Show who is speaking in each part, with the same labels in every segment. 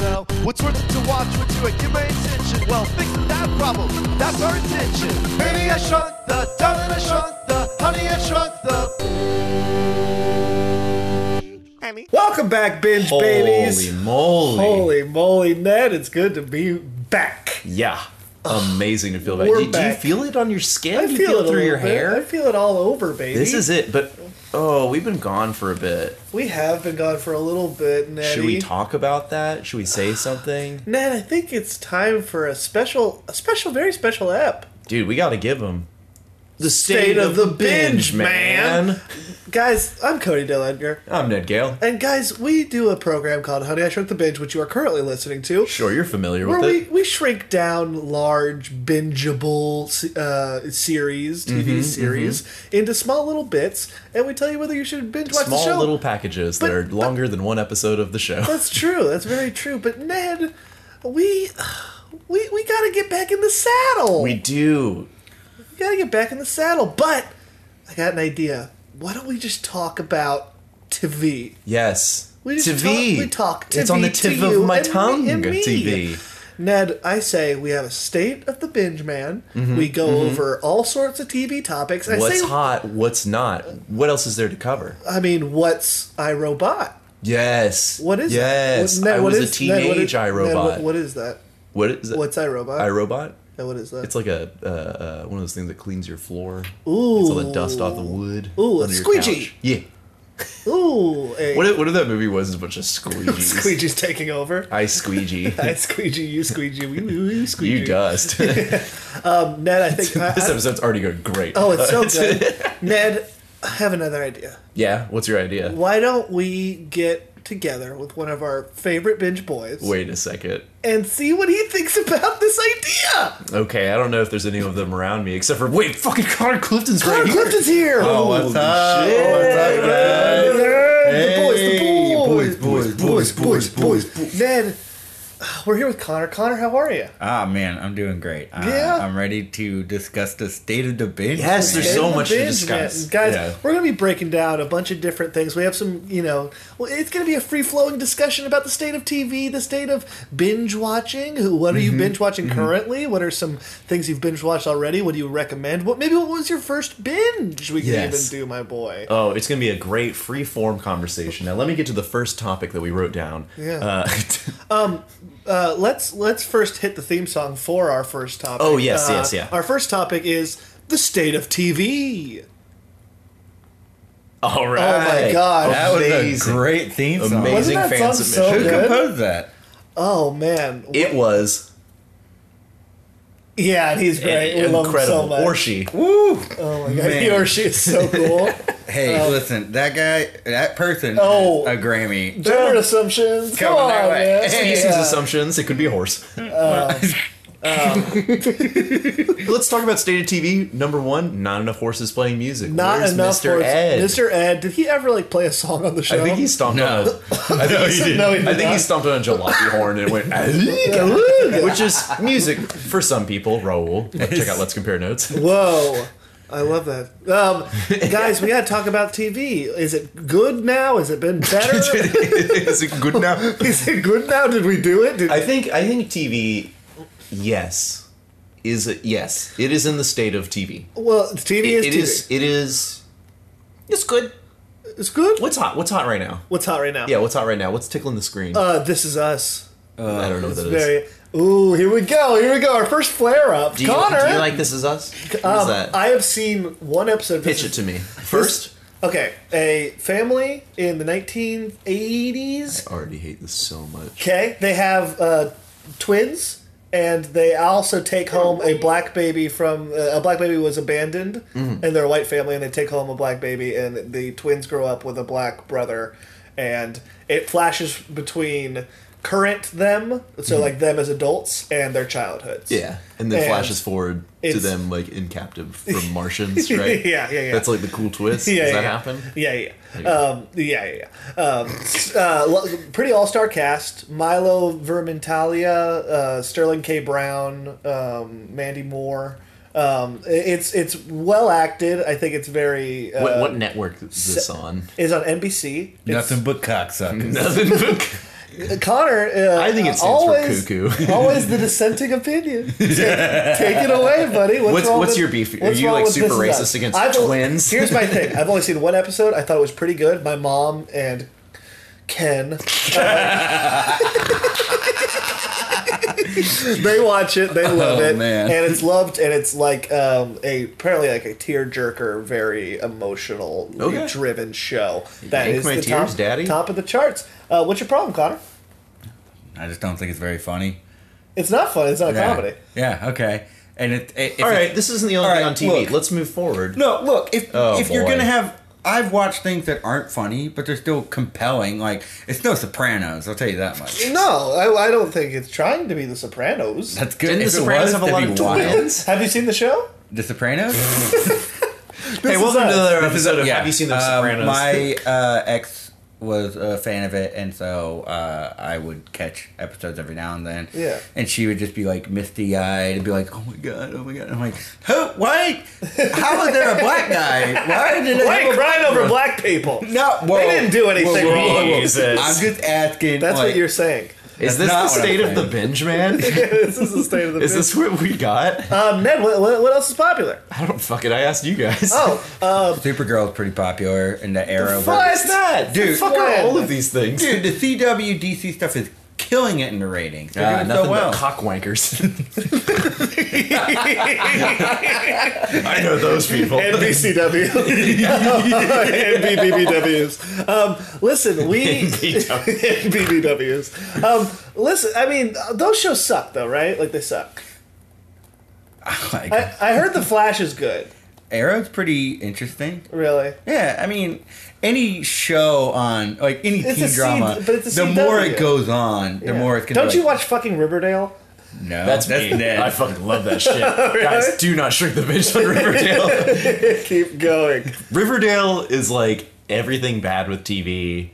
Speaker 1: know what's worth it to watch when you give my attention. Well, fix that problem, that's our intention. Baby, I shrunk the, darling, I shrunk the, honey, I shrunk the.
Speaker 2: Welcome back, binge babies.
Speaker 3: Holy moly.
Speaker 2: Holy moly, Ned! It's good to be back.
Speaker 3: Yeah. Amazing to feel back.
Speaker 2: We're
Speaker 3: Do, do you
Speaker 2: back.
Speaker 3: feel it on your skin? do you
Speaker 2: a
Speaker 3: feel it through
Speaker 2: little
Speaker 3: your
Speaker 2: bit.
Speaker 3: hair?
Speaker 2: I feel it all over, baby.
Speaker 3: This is it, but oh, we've been gone for a bit.
Speaker 2: We have been gone for a little bit, Ned.
Speaker 3: Should we talk about that? Should we say something?
Speaker 2: Ned, I think it's time for a special, a special, very special app.
Speaker 3: Dude, we got to give them the
Speaker 2: State of the binge, man. Guys, I'm Cody Dillinger.
Speaker 3: I'm Ned Gale.
Speaker 2: And guys, we do a program called Honey, I Shrunk the Binge, which you are currently listening to.
Speaker 3: Sure, you're familiar
Speaker 2: where
Speaker 3: with
Speaker 2: we,
Speaker 3: it.
Speaker 2: we shrink down large bingeable se- uh, series tv
Speaker 3: Mm-hmm,
Speaker 2: series into small little bits and we tell you whether you should binge watch the show
Speaker 3: Small little packages that
Speaker 2: But-
Speaker 3: are
Speaker 2: but-
Speaker 3: longer than one episode of the show.
Speaker 2: that's true that's very true but ned we we, we gotta get back in the saddle
Speaker 3: We do.
Speaker 2: we gotta get back in the saddle but i got an idea why don't we just talk about tv
Speaker 3: Yes.
Speaker 2: We just
Speaker 3: TV.
Speaker 2: talk- we talk
Speaker 3: It's on the
Speaker 2: TV
Speaker 3: tip
Speaker 2: to you
Speaker 3: of my
Speaker 2: and me-
Speaker 3: tongue.
Speaker 2: and me.
Speaker 3: TV.
Speaker 2: Ned, I say we have a state of the binge man. We go over all sorts of TV topics. I
Speaker 3: Mm-hmm, What's
Speaker 2: say,
Speaker 3: hot? What's not? What else is there to cover?
Speaker 2: I mean, what's iRobot?
Speaker 3: Yes.
Speaker 2: What is
Speaker 3: Yes.
Speaker 2: that? What- Ned,
Speaker 3: I
Speaker 2: what
Speaker 3: was
Speaker 2: is-
Speaker 3: a
Speaker 2: Ned, what
Speaker 3: teenage
Speaker 2: is- Ned,
Speaker 3: iRobot.
Speaker 2: what- what is that?
Speaker 3: what is
Speaker 2: What's iRobot?
Speaker 3: iRobot?
Speaker 2: Ned, what is that?
Speaker 3: It's like a uh, uh, one of those things that cleans your floor.
Speaker 2: Ooh.
Speaker 3: Gets all the dust off the wood.
Speaker 2: Ooh, a
Speaker 3: under your
Speaker 2: squeegee.
Speaker 3: couch. Yeah.
Speaker 2: Ooh, a
Speaker 3: What if, what if that movie was? Is a bunch of squeegees.
Speaker 2: squeegee's taking over.
Speaker 3: I squeegee.
Speaker 2: I squeegee, you squeegee, we, we, we squeegee.
Speaker 3: you dust. this
Speaker 2: Ned, I think. I, I,
Speaker 3: episode's already going great. Uh,
Speaker 2: oh, it's so good. Ned, I have another idea.
Speaker 3: yeah. What's your idea?
Speaker 2: Why don't we get together with one of our favorite binge boys
Speaker 3: Wait a second.
Speaker 2: and see what he thinks about this idea?
Speaker 3: Okay, I don't know if there's any of them around me except for wait, fucking Connor Clifton's
Speaker 2: Connor
Speaker 3: right here.
Speaker 2: Clifton's here.
Speaker 3: Oh, what's up?
Speaker 2: shit.
Speaker 3: What's up, guys?
Speaker 2: Hey, The boys,
Speaker 3: Hey,
Speaker 2: the boys, boys, boys, boys, boys. Ned, we're here with Connor. Connor, how are you?
Speaker 4: Ah man, I'm doing great. Uh,
Speaker 2: Yeah.
Speaker 4: I'm ready to discuss the state of the binge.
Speaker 3: Yes,
Speaker 4: man.
Speaker 3: there's so
Speaker 2: In the
Speaker 3: much to
Speaker 2: biz,
Speaker 3: discuss.
Speaker 2: man. guys.
Speaker 3: Yeah.
Speaker 2: We're gonna be breaking down a bunch of different things. We have some, you know, well, it's gonna be a free flowing discussion about the state of TV, the state of binge watching. Who, what are you
Speaker 3: Mm-hmm.
Speaker 2: binge watching currently? What are some things you've binge watched already? What do you recommend? What maybe what was your first binge? We can
Speaker 3: Yes.
Speaker 2: even do, my boy.
Speaker 3: Oh, it's gonna be a great free form conversation. Now let me get to the first topic that we wrote down.
Speaker 2: Yeah.
Speaker 3: Uh,
Speaker 2: Uh, let's let's first hit the theme song for our first topic.
Speaker 3: Oh, yes,
Speaker 2: Uh,
Speaker 3: yes, yeah.
Speaker 2: Our first topic is the state of TV.
Speaker 3: all right.
Speaker 2: Oh my god!
Speaker 4: that was
Speaker 3: Amazing.
Speaker 4: a great theme song.
Speaker 3: Amazing
Speaker 2: Wasn't that
Speaker 3: fan
Speaker 2: song
Speaker 3: submission.
Speaker 4: Who
Speaker 2: so good?
Speaker 4: composed that?
Speaker 2: oh man!
Speaker 3: It was
Speaker 2: yeah, and he's great. we
Speaker 3: incredible.
Speaker 2: love him so much.
Speaker 3: Or she.
Speaker 4: Woo!
Speaker 2: Oh my god!
Speaker 4: Man.
Speaker 2: He or she is so cool.
Speaker 4: Hey, listen, that guy, that person,
Speaker 2: Oh.
Speaker 4: has a Grammy.
Speaker 2: Gender assumptions. Come
Speaker 4: Coming
Speaker 2: on,
Speaker 4: that way.
Speaker 2: man.
Speaker 4: Species
Speaker 3: These
Speaker 2: Yeah.
Speaker 3: assumptions. It could be a horse. Um, Let's talk about state of TV. Number one, not enough horses playing music.
Speaker 2: Not
Speaker 3: Where's
Speaker 2: enough
Speaker 3: Mr.
Speaker 2: for
Speaker 3: Ed.
Speaker 2: Mr. Ed. Did he ever like play a song on the show?
Speaker 3: I think he stomped on a, I think, he, did.
Speaker 2: No, he did
Speaker 3: I think he
Speaker 2: not.
Speaker 3: stomped on a jalopy horn and it went, "Aluga, aluga," which is music for some people. Raul, check out Let's Compare Notes.
Speaker 2: Whoa. I love that. Um, guys, we got to talk about TV. Is it good now? Has it been better?
Speaker 3: is it good now?
Speaker 2: is it good now? Did we do it? Did,
Speaker 3: I think I think TV, yes, is a, yes. It is in the state of TV.
Speaker 2: well, TV is
Speaker 3: It- it
Speaker 2: TV.
Speaker 3: is. It is. It's good.
Speaker 2: It's good.
Speaker 3: What's hot? What's hot right now?
Speaker 2: What's hot right now?
Speaker 3: Yeah, what's hot right now? What's tickling the screen?
Speaker 2: Uh, this is us.
Speaker 3: I don't know what
Speaker 2: It's
Speaker 3: that is.
Speaker 2: very. Ooh, here we go. Here we go. Our first flare up.
Speaker 3: do you,
Speaker 2: Connor.
Speaker 3: do you like This Is Us? What
Speaker 2: um,
Speaker 3: is that?
Speaker 2: I have seen one episode. of
Speaker 3: Pitch
Speaker 2: This
Speaker 3: it to
Speaker 2: Is-
Speaker 3: me first.
Speaker 2: Okay, a family in the 1980s.
Speaker 3: I already hate this so much.
Speaker 2: Okay, they have uh, twins, and they also take home a black baby from uh, a black baby was abandoned,
Speaker 3: Mm-hmm.
Speaker 2: and they're a white family, and they take home a black baby, and the twins grow up with a black brother, and it flashes between current them, so like them as adults, and their childhoods.
Speaker 3: Mm-hmm. Yeah, and then
Speaker 2: And
Speaker 3: flashes forward to
Speaker 2: it's-
Speaker 3: them like in captive from Martians, right?
Speaker 2: Yeah, yeah, yeah.
Speaker 3: That's like the cool twist.
Speaker 2: Yeah,
Speaker 3: Does
Speaker 2: yeah,
Speaker 3: that
Speaker 2: yeah.
Speaker 3: happen?
Speaker 2: Yeah, yeah, yeah. Um, yeah, yeah, yeah. Um, s- uh, lo- pretty all star cast: Milo Vermentalia, uh, Sterling K. Brown, um, Mandy Moore. Um, i- it's it's well acted. I think it's very. Uh,
Speaker 3: what, what network is this on?
Speaker 2: Is on NBC. It's-
Speaker 4: Nothing but cocksuckers.
Speaker 3: Nothing.
Speaker 2: Connor, uh,
Speaker 3: I think it stands for
Speaker 2: always,
Speaker 3: cuckoo.
Speaker 2: always the dissenting opinion. Take, take it away, buddy. What's
Speaker 3: What's-
Speaker 2: wrong
Speaker 3: what's
Speaker 2: with-
Speaker 3: your beef? Are
Speaker 2: what's
Speaker 3: you,
Speaker 2: wrong
Speaker 3: like,
Speaker 2: with
Speaker 3: super
Speaker 2: this and that?
Speaker 3: racist against
Speaker 2: I've-
Speaker 3: twins?
Speaker 2: Here's my thing. I've only seen one episode. I thought it was pretty good. My mom and Ken. uh, they watch it. They love
Speaker 4: Oh,
Speaker 2: it,
Speaker 4: man.
Speaker 2: and it's loved. And it's like um, a apparently like a tearjerker, very emotional,
Speaker 3: Okay.
Speaker 2: driven show. That
Speaker 3: Yank
Speaker 2: is
Speaker 3: my
Speaker 2: the
Speaker 3: tears,
Speaker 2: top,
Speaker 3: daddy.
Speaker 2: top of the charts. Uh, what's your problem, Connor?
Speaker 4: I just don't think it's very funny.
Speaker 2: It's not fun. It's not a
Speaker 4: Yeah.
Speaker 2: comedy.
Speaker 4: Yeah. Okay. And it. it if
Speaker 3: All
Speaker 4: it's-
Speaker 3: right, this isn't the only
Speaker 4: All
Speaker 3: thing
Speaker 4: right,
Speaker 3: on TV.
Speaker 4: look.
Speaker 3: Let's move forward.
Speaker 4: No, look, if
Speaker 3: Oh,
Speaker 4: if you're
Speaker 3: boy.
Speaker 4: gonna have I've watched things that aren't funny, but they're still compelling. Like it's no Sopranos, I'll tell you that much.
Speaker 2: No, I, I don't think it's trying to be The Sopranos.
Speaker 4: That's good.
Speaker 3: Didn't
Speaker 4: If
Speaker 3: The
Speaker 4: it
Speaker 3: Sopranos
Speaker 4: was,
Speaker 3: have a lot
Speaker 4: that'd
Speaker 3: of
Speaker 4: be wild.
Speaker 3: twins?
Speaker 2: Have you seen the show?
Speaker 4: The Sopranos?
Speaker 3: hey,
Speaker 2: is
Speaker 3: welcome
Speaker 2: us.
Speaker 3: to another episode of
Speaker 4: Yeah.
Speaker 3: Have You Seen The
Speaker 4: Um,
Speaker 3: Sopranos?
Speaker 4: my uh, ex was a fan of it, and so uh, I would catch episodes every now and then.
Speaker 2: Yeah.
Speaker 4: And she would just be like misty eyed and be like, "Oh my god, oh my god." I'm like, "Who? Why? How is there a black guy? Why did it
Speaker 2: Why
Speaker 4: have
Speaker 2: are
Speaker 4: a
Speaker 2: you crying over black people?
Speaker 4: No, well,
Speaker 2: didn't do anything
Speaker 4: well,
Speaker 2: wrong.
Speaker 3: Jesus.
Speaker 4: I'm just asking.
Speaker 2: That's
Speaker 4: like,
Speaker 2: what you're saying.
Speaker 3: Is
Speaker 4: That's
Speaker 3: this
Speaker 4: not
Speaker 3: the
Speaker 4: what I'm
Speaker 3: state of the
Speaker 4: saying.
Speaker 3: binge, man?
Speaker 2: this is the state of the.
Speaker 3: Is this what we got?
Speaker 2: Um, Ned, what, what what else is popular?
Speaker 3: I don't fucking. I asked you guys.
Speaker 2: Oh, uh,
Speaker 4: Supergirl's pretty popular in the era.
Speaker 2: fuck?
Speaker 4: where-
Speaker 3: Why is that,
Speaker 4: Dude,
Speaker 3: Fuck
Speaker 2: when?
Speaker 3: are all of these things.
Speaker 4: dude, the CW DC stuff is killing it in the ratings. Uh, They're
Speaker 3: Ah,
Speaker 4: doing
Speaker 3: nothing
Speaker 4: so well.
Speaker 3: but cockwankers. I know those people.
Speaker 2: NBCW, NBBBWs. Um, listen, we NBBWs. Um, listen, I mean, those shows suck though, right? Like they suck.
Speaker 4: Like,
Speaker 2: I, I heard the Flash is good.
Speaker 4: Arrow's pretty interesting.
Speaker 2: Really,
Speaker 4: Yeah, I mean, any show on like any
Speaker 2: It's
Speaker 4: teen
Speaker 2: a C-
Speaker 4: drama,
Speaker 2: but it's a
Speaker 4: the more
Speaker 2: CW.
Speaker 4: it goes on, the
Speaker 2: Yeah.
Speaker 4: more it's gonna.
Speaker 2: Don't
Speaker 4: be
Speaker 2: you
Speaker 4: like,
Speaker 2: watch fucking Riverdale? Oh,
Speaker 4: No,
Speaker 3: That's, me.
Speaker 4: Ned.
Speaker 3: I fucking love that shit. Guys, do not shrink the bitch on Riverdale.
Speaker 2: Keep going.
Speaker 3: Riverdale is like everything bad with TV,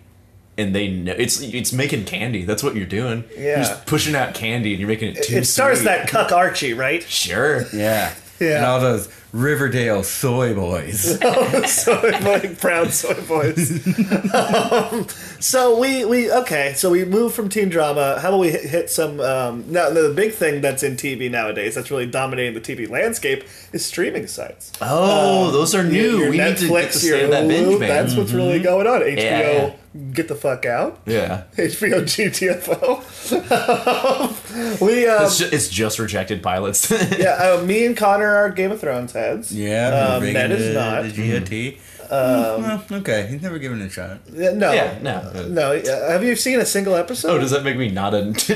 Speaker 3: and they know it's it's making candy. That's what you're doing. You're
Speaker 2: Yeah.
Speaker 3: just pushing out candy, and you're making it too.
Speaker 2: it stars
Speaker 3: sweet.
Speaker 2: that cuck Archie, right?
Speaker 3: Sure.
Speaker 4: Yeah.
Speaker 2: Yeah.
Speaker 4: And all those Riverdale soy boys.
Speaker 2: soy boy, proud soy boys. um, so we we okay. So we move from teen drama. How about we hit, hit some? Um, now the big thing that's in TV nowadays that's really dominating the TV landscape is streaming sites.
Speaker 3: Oh, those are new.
Speaker 2: Um, Your
Speaker 3: we need to get to stay
Speaker 2: your
Speaker 3: in that binge,
Speaker 2: Hulu,
Speaker 3: man.
Speaker 2: That's what's really
Speaker 4: Mm-hmm.
Speaker 2: going on. HBO,
Speaker 3: Yeah,
Speaker 2: get the fuck out.
Speaker 3: yeah.
Speaker 2: HBO GTFO. we um,
Speaker 3: It's just, it's just rejected pilots.
Speaker 2: yeah. Uh, me and Connor are Game of Thrones heads.
Speaker 4: Yeah,
Speaker 2: Um,
Speaker 4: big
Speaker 2: that is
Speaker 4: into
Speaker 2: not. Um,
Speaker 4: the GOT. well, okay, he's never given it a shot.
Speaker 2: Yeah, Uh, No.
Speaker 3: Yeah, no.
Speaker 2: No, uh, have you seen a single episode?
Speaker 3: Oh, does that make me not a? no, he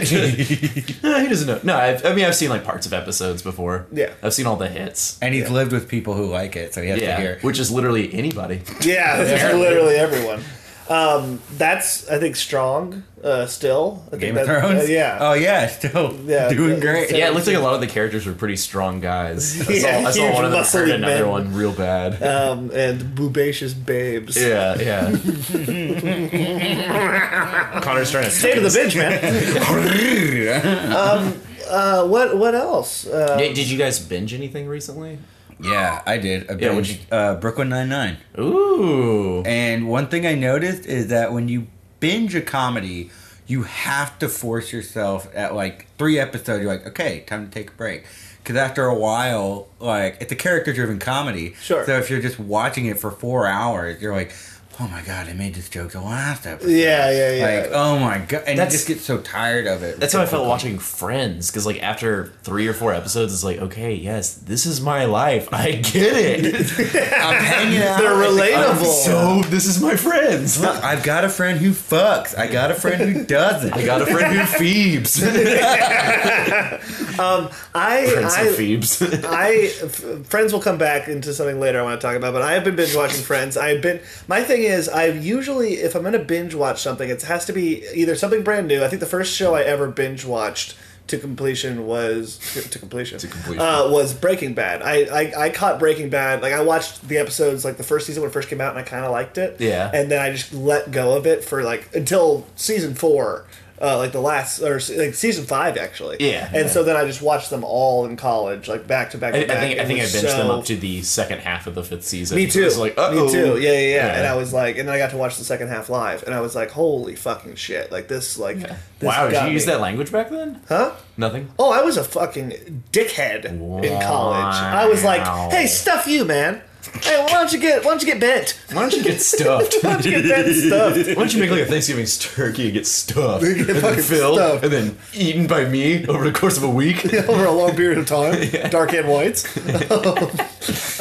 Speaker 3: doesn't know. No, I've, I mean I've seen like parts of episodes before.
Speaker 2: Yeah.
Speaker 3: I've seen all the hits.
Speaker 4: And he's lived with people who like it, so he has to
Speaker 3: Yeah,
Speaker 4: hear.
Speaker 3: which is literally anybody.
Speaker 2: Yeah, that's literally everyone. Um, that's I think strong uh, still. I think
Speaker 4: Game of
Speaker 2: that-
Speaker 4: Thrones.
Speaker 2: uh, yeah.
Speaker 4: Oh yeah, still
Speaker 2: Yeah,
Speaker 4: doing
Speaker 2: yeah,
Speaker 4: great.
Speaker 2: so-
Speaker 3: Yeah, it looked like a lot of the characters were pretty strong guys. I saw,
Speaker 2: Yeah,
Speaker 3: I saw
Speaker 2: huge
Speaker 3: one of them
Speaker 2: muscly
Speaker 3: hurt another
Speaker 2: men.
Speaker 3: one real bad.
Speaker 2: um, and boobacious babes.
Speaker 3: yeah, yeah. Connor's trying to
Speaker 2: Stay to the binge, man. uh, what what else? Uh,
Speaker 3: Did did you guys binge anything recently?
Speaker 4: yeah, I did. I
Speaker 3: Yeah, what'd
Speaker 4: binged, uh, Brooklyn Nine Nine.
Speaker 3: Ooh.
Speaker 4: And one thing I noticed is that when you binge a comedy, you have to force yourself at like three episodes. You're like, okay, time to take a break. Because after a while, like it's a character-driven comedy.
Speaker 2: Sure.
Speaker 4: So if you're just watching it for four hours, you're like, oh my god, I made this joke the last episode.
Speaker 2: yeah, yeah, yeah.
Speaker 4: Like, oh my god, and
Speaker 3: That's-
Speaker 4: you just get so tired of it.
Speaker 3: That's how I felt watching Friends, because like after three or four episodes, it's like, okay, yes, this is my life. I get it.
Speaker 4: I'm hanging out.
Speaker 2: They're
Speaker 3: I'm
Speaker 2: relatable.
Speaker 3: so this is my friends. I
Speaker 4: I've got a friend who fucks. I got a friend who doesn't.
Speaker 3: got a friend who Phoebes. Prince of
Speaker 2: I I,
Speaker 3: Phoebes.
Speaker 2: I f- friends will come back into something later I want to talk about, but I have been binge watching Friends. I've been my thing is I usually if I'm gonna binge watch something, it has to be either something brand new. I think the first show I ever binge watched to completion was to, to completion,
Speaker 3: completion.
Speaker 2: Uh, was Breaking Bad. I, I I caught Breaking Bad. Like I watched the episodes like the first season when it first came out, and I kind of liked it.
Speaker 3: Yeah.
Speaker 2: and then I just let go of it for like until season four. uh, like the last or like season five actually.
Speaker 3: Yeah.
Speaker 2: And so then I just watched them all in college, like back to back.
Speaker 3: I, I
Speaker 2: to back.
Speaker 3: think
Speaker 2: It
Speaker 3: I think I
Speaker 2: was
Speaker 3: binged them
Speaker 2: so-
Speaker 3: up to the second half of the fifth season.
Speaker 2: Me too.
Speaker 3: It was like, uh-oh.
Speaker 2: Me too. Yeah, yeah, yeah, And I was like, and then I got to watch the second half live, and I was like, holy fucking shit! Like this, like this
Speaker 3: wow, did
Speaker 2: got
Speaker 3: you use
Speaker 2: me.
Speaker 3: that language back then?
Speaker 2: Huh?
Speaker 3: Nothing.
Speaker 2: Oh, I was a fucking dickhead in college. I was like,
Speaker 3: Wow.
Speaker 2: hey, stuff you, man. Hey, why don't you get why don't you get bent?
Speaker 5: Why don't you get stuffed?
Speaker 2: Why don't you get bent stuffed?
Speaker 5: Why don't you make like a Thanksgiving turkey and get stuffed, and then
Speaker 2: fucking
Speaker 5: filled,
Speaker 2: stuffed.
Speaker 5: and then eaten by me over the course of a week?
Speaker 2: Over a long period of time, dark and whites.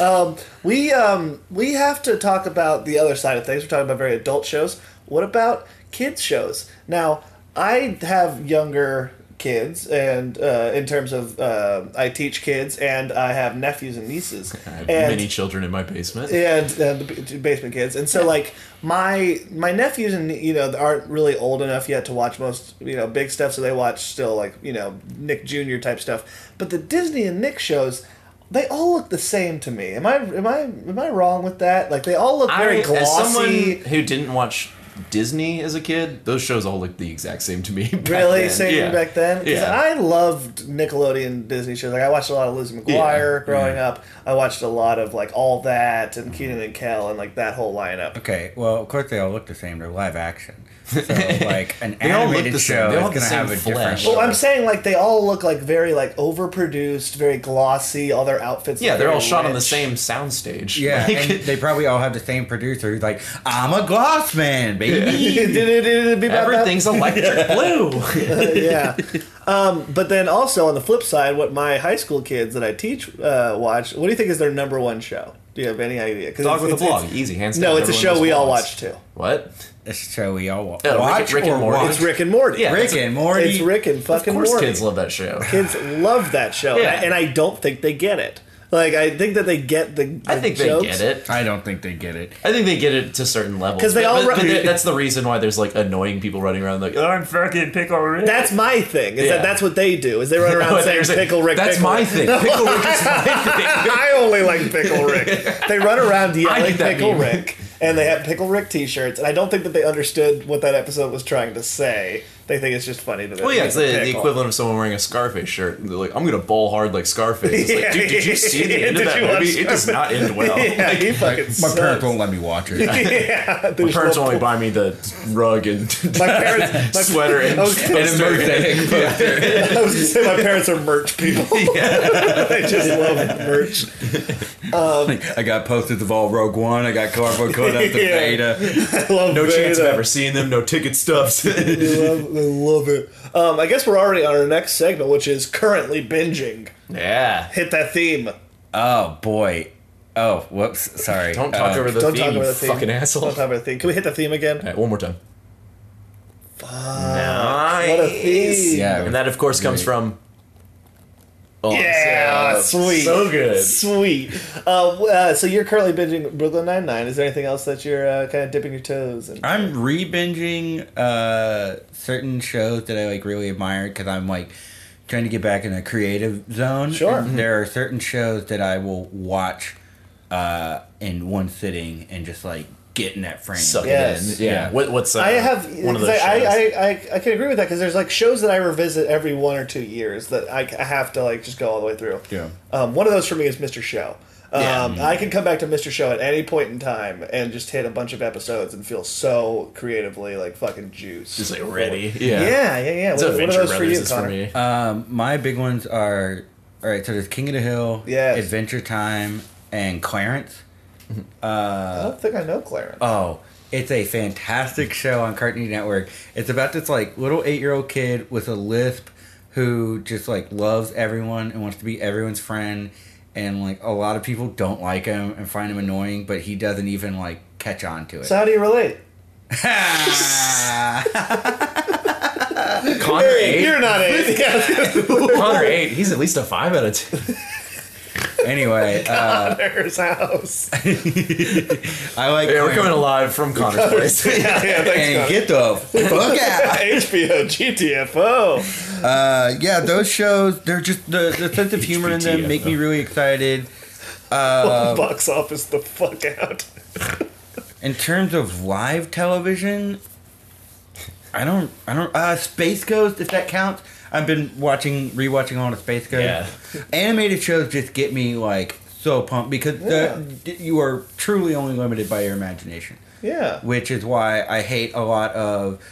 Speaker 2: um, we um, we have to talk about the other side of things. We're talking about very adult shows. What about kids shows? Now, I have younger kids, and uh, in terms of uh, I teach kids, and I have nephews and nieces.
Speaker 3: I have
Speaker 2: and
Speaker 3: many children in my basement.
Speaker 2: Yeah, and, and the b- basement kids, and so like my my nephews and you know aren't really old enough yet to watch most you know big stuff, so they watch still like you know Nick Jr. type stuff. But the Disney and Nick shows, they all look the same to me. Am I am I am I wrong with that? Like they all look very
Speaker 3: I, as
Speaker 2: glossy.
Speaker 3: someone who didn't watch Disney as a kid, those shows all looked the exact same to me. back
Speaker 2: Really,
Speaker 3: then.
Speaker 2: same
Speaker 3: Yeah.
Speaker 2: back then. 'Cause
Speaker 3: Yeah.
Speaker 2: I loved Nickelodeon Disney shows. Like I watched a lot of Lizzie McGuire growing
Speaker 3: Mm-hmm.
Speaker 2: up. I watched a lot of like all that and Keenan and Kel and like that whole lineup.
Speaker 4: Okay, well, of course they all look the same. They're live action. So, like, an
Speaker 3: They all look
Speaker 4: animated
Speaker 3: the same.
Speaker 4: show
Speaker 3: They all
Speaker 4: is
Speaker 3: have the same
Speaker 4: going to have a different
Speaker 3: flesh.
Speaker 2: Well, Oh, I'm saying like they all look like very like overproduced, very glossy. All their outfits.
Speaker 3: Yeah,
Speaker 2: are
Speaker 3: they're all
Speaker 2: very
Speaker 3: shot on the
Speaker 2: rich.
Speaker 3: same soundstage.
Speaker 4: Yeah,
Speaker 3: Like,
Speaker 4: and they probably all have the same producer who's like, I'm a gloss man, baby.
Speaker 3: everything's electric blue.
Speaker 2: yeah. Um, but then also on the flip side, what my high school kids that I teach uh, watch. What do you think is their number one show? Do you have any idea? 'Cause
Speaker 3: Dog
Speaker 2: it's-
Speaker 3: with a
Speaker 2: it's-
Speaker 3: blog,
Speaker 2: it's-
Speaker 3: easy hands down.
Speaker 2: No, it's a
Speaker 3: Everyone
Speaker 2: show
Speaker 3: just
Speaker 2: we all
Speaker 3: blogs.
Speaker 2: watch too.
Speaker 3: What?
Speaker 4: It's a show we all wa-
Speaker 3: Yeah, Rick-
Speaker 4: watch.
Speaker 3: Rick and
Speaker 4: or
Speaker 3: Morty.
Speaker 4: watch.
Speaker 2: It's Rick and Morty.
Speaker 3: Yeah,
Speaker 4: Rick
Speaker 3: It's-
Speaker 4: and Morty.
Speaker 2: It's Rick and
Speaker 3: Of
Speaker 2: fucking
Speaker 3: course,
Speaker 2: Morty.
Speaker 3: kids love that show.
Speaker 2: Kids love that show,
Speaker 3: Yeah.
Speaker 2: and I don't think they get it. Like I think that they get the.
Speaker 3: I
Speaker 2: the
Speaker 3: think
Speaker 2: jokes.
Speaker 3: they get it.
Speaker 4: I don't think they get it.
Speaker 3: I think they get it to certain levels.
Speaker 2: 'Cause they
Speaker 3: But-
Speaker 2: all
Speaker 3: but, but
Speaker 2: run-
Speaker 3: that- that's the reason why there's like annoying people running around like, "Oh, I'm fucking pickle Rick."
Speaker 2: That's my thing. Is
Speaker 3: Yeah.
Speaker 2: that that's what they do? Is they run around
Speaker 3: But
Speaker 2: saying
Speaker 3: they're saying,
Speaker 2: pickle Rick?
Speaker 3: That's
Speaker 2: pickle
Speaker 3: my
Speaker 2: Rick."
Speaker 3: thing. Pickle Rick is my thing.
Speaker 2: I only like pickle Rick. They run around
Speaker 3: I
Speaker 2: yelling
Speaker 3: did that
Speaker 2: pickle
Speaker 3: meme.
Speaker 2: Rick, and they have pickle Rick T-shirts. And I don't think that they understood what that episode was trying to say. They think it's just funny to.
Speaker 3: Well, yeah, it's the, the equivalent of someone wearing a Scarface shirt. And they're like, I'm going to ball hard like Scarface. It's like, dude, did you see the end of
Speaker 2: Did
Speaker 3: that
Speaker 2: you watch
Speaker 3: movie? It does not end well.
Speaker 2: Yeah, he fucking
Speaker 4: My
Speaker 2: sucks.
Speaker 4: parents won't let me watch it.
Speaker 2: yeah, my
Speaker 3: My parents only buy me the rug and
Speaker 2: My parents, my,
Speaker 3: sweater and,
Speaker 2: I was gonna
Speaker 3: and a mosaic.
Speaker 2: I was gonna say my parents are merch people. they just love merch.
Speaker 4: I got posters of all Rogue One. I got cardboard cutouts of
Speaker 2: Yeah.
Speaker 4: Beta.
Speaker 2: I love
Speaker 3: No chance of
Speaker 2: Vader.
Speaker 3: ever seeing them. No ticket stuffs.
Speaker 2: I love, I love it. Um, I guess we're already on our next segment, which is currently binging.
Speaker 3: yeah.
Speaker 2: Hit that theme.
Speaker 4: Oh boy. Oh, whoops. Sorry.
Speaker 3: Don't talk
Speaker 4: Uh,
Speaker 3: over the
Speaker 2: Don't
Speaker 3: theme,
Speaker 2: talk
Speaker 3: you
Speaker 2: about the theme.
Speaker 3: fucking asshole.
Speaker 2: Don't talk about the theme. Can we hit the theme again?
Speaker 3: All right, one more time.
Speaker 2: What a theme.
Speaker 4: Yeah.
Speaker 3: And that, of course, comes from. Oh,
Speaker 2: Yeah,
Speaker 3: so-
Speaker 2: sweet.
Speaker 3: So good.
Speaker 2: Sweet. Uh, w- uh, so you're currently binging Brooklyn Nine Nine. Is there anything else that you're uh, kind of dipping your toes in?
Speaker 4: I'm re-binging uh, certain shows that I like really admire because I'm like trying to get back in a creative zone.
Speaker 2: Sure. Mm-hmm.
Speaker 4: And There are certain shows that I will watch uh, in one sitting and just like get in that frame.
Speaker 3: Suck
Speaker 2: Yes.
Speaker 3: it in. Yeah.
Speaker 4: Yeah.
Speaker 3: What, what's uh,
Speaker 2: I have.
Speaker 3: one of those
Speaker 2: I,
Speaker 3: shows?
Speaker 2: I, I, I, I can agree with that because there's like shows that I revisit every one or two years that I, c- I have to like just go all the way through.
Speaker 4: Yeah.
Speaker 2: Um, one of those for me is Mr. Show. Um,
Speaker 3: Yeah.
Speaker 2: I can come back to Mr. Show at any point in time and just hit a bunch of episodes and feel so creatively like fucking juiced.
Speaker 3: Just like ready.
Speaker 2: Yeah, yeah, yeah.
Speaker 3: It's
Speaker 2: what, what are
Speaker 3: Adventure
Speaker 2: those for
Speaker 3: Brothers
Speaker 2: you,
Speaker 3: is for
Speaker 2: Connor? Uh,
Speaker 3: me.
Speaker 4: Um, my big ones are all right. So there's King of the Hill,
Speaker 2: Yes.
Speaker 4: Adventure Time, and Clarence.
Speaker 2: I don't think I know Clarence.
Speaker 4: Oh, it's a fantastic show on Cartoon Network. It's about this like little eight year old kid with a lisp who just like loves everyone and wants to be everyone's friend and like a lot of people don't like him and find him annoying, but he doesn't even like catch on to it.
Speaker 2: so how do you relate?
Speaker 3: Connor eight.
Speaker 2: You're not eight. Yeah,
Speaker 3: Connor eight. He's at least a five out of ten.
Speaker 4: anyway, uh,
Speaker 2: Connor's house.
Speaker 4: I like
Speaker 3: Yeah, we're coming alive from Connor's place.
Speaker 2: Yeah,
Speaker 4: and
Speaker 2: thanks,
Speaker 4: get the fuck out.
Speaker 2: Connor. HBO GTFO.
Speaker 4: Uh, yeah, those shows, they're just the, the sense of humor in them make me really excited.
Speaker 2: Box office the fuck out.
Speaker 4: In terms of live television, I don't. I don't. Uh, Space Ghost, if that counts. I've been watching, rewatching all the Space Ghost.
Speaker 6: Yeah.
Speaker 4: Animated shows just get me like so pumped because the, you are truly only limited by your imagination,
Speaker 2: Yeah.
Speaker 4: which is why I hate a lot of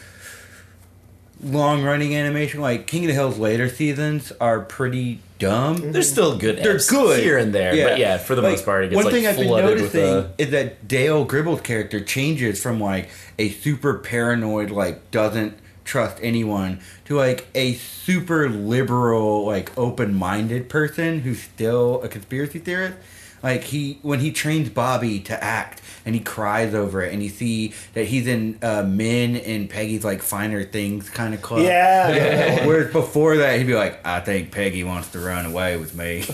Speaker 4: long running animation. Like King of the Hill's later seasons are pretty dumb.
Speaker 3: Mm-hmm.
Speaker 6: There's still good.
Speaker 4: They're
Speaker 6: eps
Speaker 4: good
Speaker 6: here and there, but yeah, for the
Speaker 4: Like,
Speaker 6: most part, it gets
Speaker 4: one
Speaker 6: like
Speaker 4: thing I've been
Speaker 6: flooded with
Speaker 4: noticing
Speaker 6: a.
Speaker 4: is that Dale Gribble's character changes from like a super paranoid, like doesn't trust anyone, to like a super liberal, like open-minded person who's still a conspiracy theorist. Like he, when he trains Bobby to act, and he cries over it, and you see that he's in uh, men and Peggy's like finer things kind of club.
Speaker 2: Yeah. yeah.
Speaker 4: Whereas before that, he'd be like, I think Peggy wants to run away with me.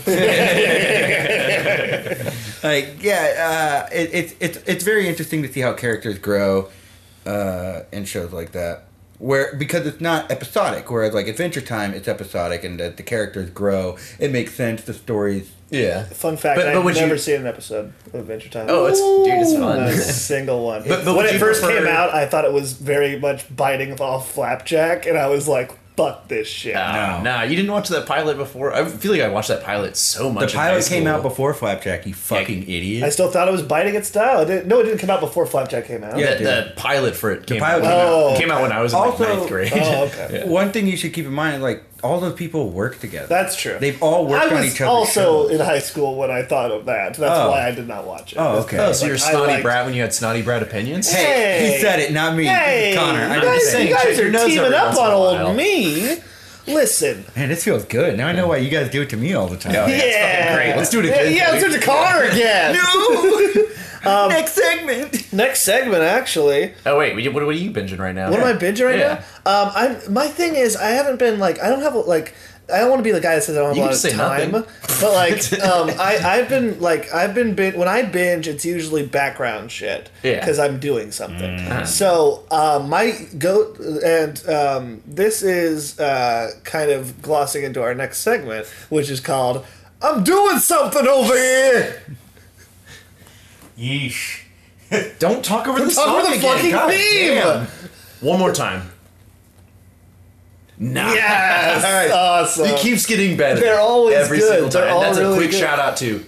Speaker 4: like, yeah, uh, it, it's it's it's very interesting to see how characters grow uh, in shows like that. Where because it's not episodic, whereas like Adventure Time, it's episodic, and as the characters grow, it makes sense. The stories,
Speaker 5: Yeah.
Speaker 2: Fun fact:
Speaker 6: But- but
Speaker 2: I've
Speaker 6: would you-
Speaker 2: never seen an episode of Adventure Time.
Speaker 6: Oh, it's dude, it's
Speaker 2: Not a
Speaker 6: fun.
Speaker 2: single one.
Speaker 5: But- but
Speaker 2: when
Speaker 5: would
Speaker 2: it
Speaker 5: you
Speaker 2: first
Speaker 5: prefer-
Speaker 2: came out, I thought it was very much biting off Flapjack, and I was like, "Fuck this shit."
Speaker 6: Nah,
Speaker 4: No.
Speaker 6: nah, you didn't watch that pilot before. I feel like I watched that pilot so
Speaker 4: the
Speaker 6: much. in high
Speaker 4: pilot came
Speaker 6: school.
Speaker 4: out before Flapjack. You fucking
Speaker 2: I
Speaker 4: idiot!
Speaker 2: still thought it was biting its style. It didn't, no, it didn't come out before Flapjack came out.
Speaker 4: Yeah.
Speaker 6: That,
Speaker 4: dude.
Speaker 6: that pilot for it came,
Speaker 4: pilot
Speaker 6: out,
Speaker 4: came out.
Speaker 2: Oh.
Speaker 6: came out when I was in
Speaker 4: Also-
Speaker 6: like ninth grade.
Speaker 2: Oh, okay.
Speaker 4: One thing you should keep in mind, like all those people work together.
Speaker 2: That's true.
Speaker 4: They've all worked
Speaker 2: I
Speaker 4: on
Speaker 2: was
Speaker 4: each other's
Speaker 2: also
Speaker 4: shows.
Speaker 2: in high school when I thought of that. That's
Speaker 4: Oh.
Speaker 2: why I did not watch it.
Speaker 4: Oh, okay.
Speaker 5: Oh, so
Speaker 2: Like,
Speaker 5: you're a
Speaker 2: I
Speaker 5: snotty
Speaker 2: liked-
Speaker 5: brat when you had snotty brat opinions?
Speaker 4: Hey,
Speaker 2: Hey.
Speaker 4: he said it, not me. This
Speaker 2: Hey,
Speaker 4: is Connor.
Speaker 2: you
Speaker 4: I'm
Speaker 2: guys,
Speaker 4: just saying.
Speaker 2: you guys
Speaker 6: check
Speaker 2: are
Speaker 6: your nose
Speaker 2: teaming
Speaker 6: every
Speaker 2: up
Speaker 6: once in
Speaker 2: on
Speaker 6: a
Speaker 2: old
Speaker 6: while.
Speaker 2: me. Listen.
Speaker 4: Man, this feels good. Now I know why you guys do it to me all the time.
Speaker 2: Yeah.
Speaker 6: great. Let's do it again,
Speaker 2: Yeah, yeah let's do it to Connor again.
Speaker 4: Next segment.
Speaker 2: Next segment, actually.
Speaker 6: Oh wait, what, what are you binging right now?
Speaker 2: What am I binging right
Speaker 6: Yeah.
Speaker 2: now? Um, I'm my thing is I haven't been like I don't have like I don't want to be the guy that says I don't have
Speaker 6: You
Speaker 2: a lot
Speaker 6: can
Speaker 2: of
Speaker 6: just say
Speaker 2: time,
Speaker 6: nothing.
Speaker 2: but like um, I I've been like I've been bin- when I binge it's usually background shit
Speaker 6: Yeah. Mm. Uh-huh.
Speaker 2: because I'm doing something. So um, my go and um, this is uh, kind of glossing into our next segment, which is called "I'm doing something over here."
Speaker 4: Yeesh.
Speaker 5: Don't talk over the
Speaker 2: Talk
Speaker 5: song
Speaker 2: over the
Speaker 5: again.
Speaker 2: fucking
Speaker 5: God
Speaker 2: theme.
Speaker 5: damn.
Speaker 6: One more time. Nah.
Speaker 2: Yes,
Speaker 5: All right.
Speaker 2: awesome.
Speaker 5: It keeps getting better.
Speaker 2: They're always
Speaker 5: every
Speaker 2: good.
Speaker 5: Single
Speaker 2: They're
Speaker 5: time.
Speaker 2: all
Speaker 5: That's
Speaker 2: really
Speaker 5: a quick
Speaker 2: good.
Speaker 5: shout out to.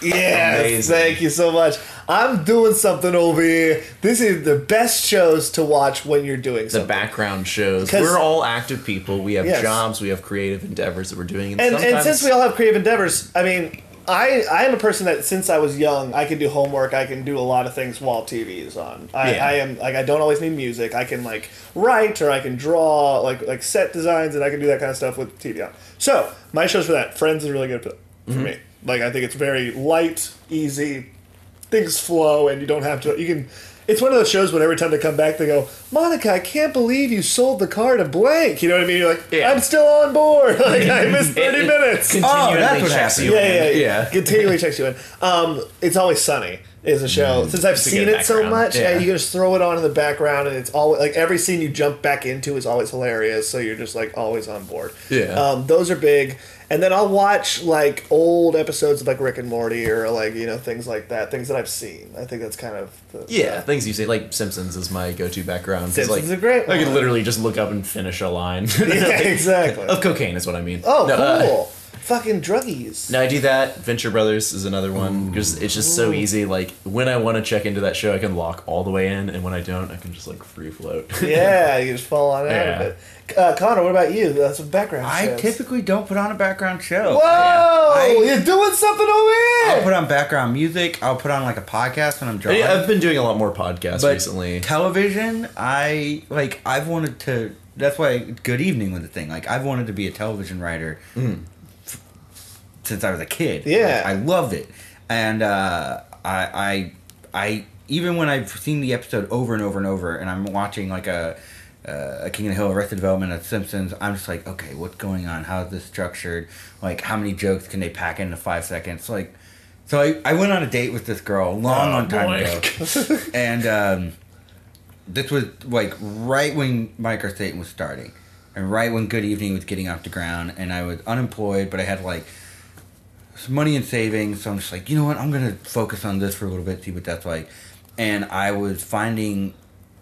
Speaker 2: Yes,
Speaker 5: Amazing.
Speaker 2: thank you so much. I'm doing something over here. This is the best shows to watch when you're doing
Speaker 3: the
Speaker 2: something.
Speaker 3: background shows.
Speaker 2: 'Cause-
Speaker 3: We're all active people. We have
Speaker 2: Yes.
Speaker 3: jobs. We have creative endeavors that we're doing. And,
Speaker 2: and
Speaker 3: sometimes
Speaker 2: and since we all have creative endeavors, I mean, I I am a person that since I was young, I can do homework. I can do a lot of things while TV is on. I,
Speaker 3: Yeah.
Speaker 2: I am like I don't always need music. I can like write or I can draw like like set designs and I can do that kind of stuff with TV on. So my shows for that. Friends is really good for, for me. Like I think it's very light, easy. things flow and you don't have to you can it's one of those shows when every time they come back they go monica i can't believe you sold the car to blank you know what i mean you're like
Speaker 6: Yeah.
Speaker 2: i'm still on board like i missed 30 minutes
Speaker 4: Oh, that's what
Speaker 6: Continually checks
Speaker 4: happened.
Speaker 6: you
Speaker 2: yeah,
Speaker 6: in.
Speaker 2: yeah, yeah,
Speaker 5: Yeah.
Speaker 2: Continually checks you in. Um, it's always sunny is a show. Since I've
Speaker 6: a
Speaker 2: seen
Speaker 6: good
Speaker 2: it so
Speaker 6: background.
Speaker 2: much,
Speaker 6: Yeah.
Speaker 2: yeah, you just throw it on in the background, and it's always like every scene you jump back into is always hilarious. So you're just like always on board.
Speaker 5: Yeah.
Speaker 2: Um, those are big. And then I'll watch like old episodes of like Rick and Morty or like you know things like that, things that I've seen. I think that's kind of the,
Speaker 3: yeah, things you say like Simpsons is my go-to background. 'cause,
Speaker 2: Simpsons
Speaker 3: like,
Speaker 2: are great
Speaker 3: I
Speaker 2: one.
Speaker 3: could literally just look up and finish a line
Speaker 2: yeah, exactly.
Speaker 3: of cocaine. Is what I mean.
Speaker 2: Oh,
Speaker 3: No, uh,
Speaker 2: cool! Fucking druggies.
Speaker 3: No, I do that. Venture Brothers is another one because it's just so easy. Like when I want to check into that show, I can lock all the way in, and when I don't, I can just like free float.
Speaker 2: Yeah, you just fall on out of
Speaker 3: Yeah.
Speaker 2: it. Uh, Connor, what about you? That's a background.
Speaker 4: I
Speaker 2: shows.
Speaker 4: typically don't put on a background show.
Speaker 2: Whoa!
Speaker 4: Oh, I- Oh,
Speaker 2: you're doing something over
Speaker 4: I'll
Speaker 2: here.
Speaker 4: put on background music. I'll put on like a podcast when I'm
Speaker 3: I-
Speaker 4: drawing.
Speaker 3: I've been doing a lot more podcasts
Speaker 4: but
Speaker 3: recently.
Speaker 4: television, I like. I've wanted to. That's why Good Evening was a thing. Like I've wanted to be a television writer f- since I was a kid. Like,
Speaker 2: Yeah.
Speaker 4: I loved it, and uh, I, I, I even when I've seen the episode over and over and over, and I'm watching like a. Uh, a King of the Hill, Arrested Development, a Simpsons. I'm just like, okay, what's going on? How's this structured? Like, how many jokes can they pack into five seconds? Like, so I, I went on a date with this girl a long, long time
Speaker 6: boy.
Speaker 4: ago, and um, this was like right when Micro Satan was starting, and right when Good Evening was getting off the ground, and I was unemployed, but I had like some money in savings, so I'm just like, you know what, I'm gonna focus on this for a little bit, see what that's like, and I was finding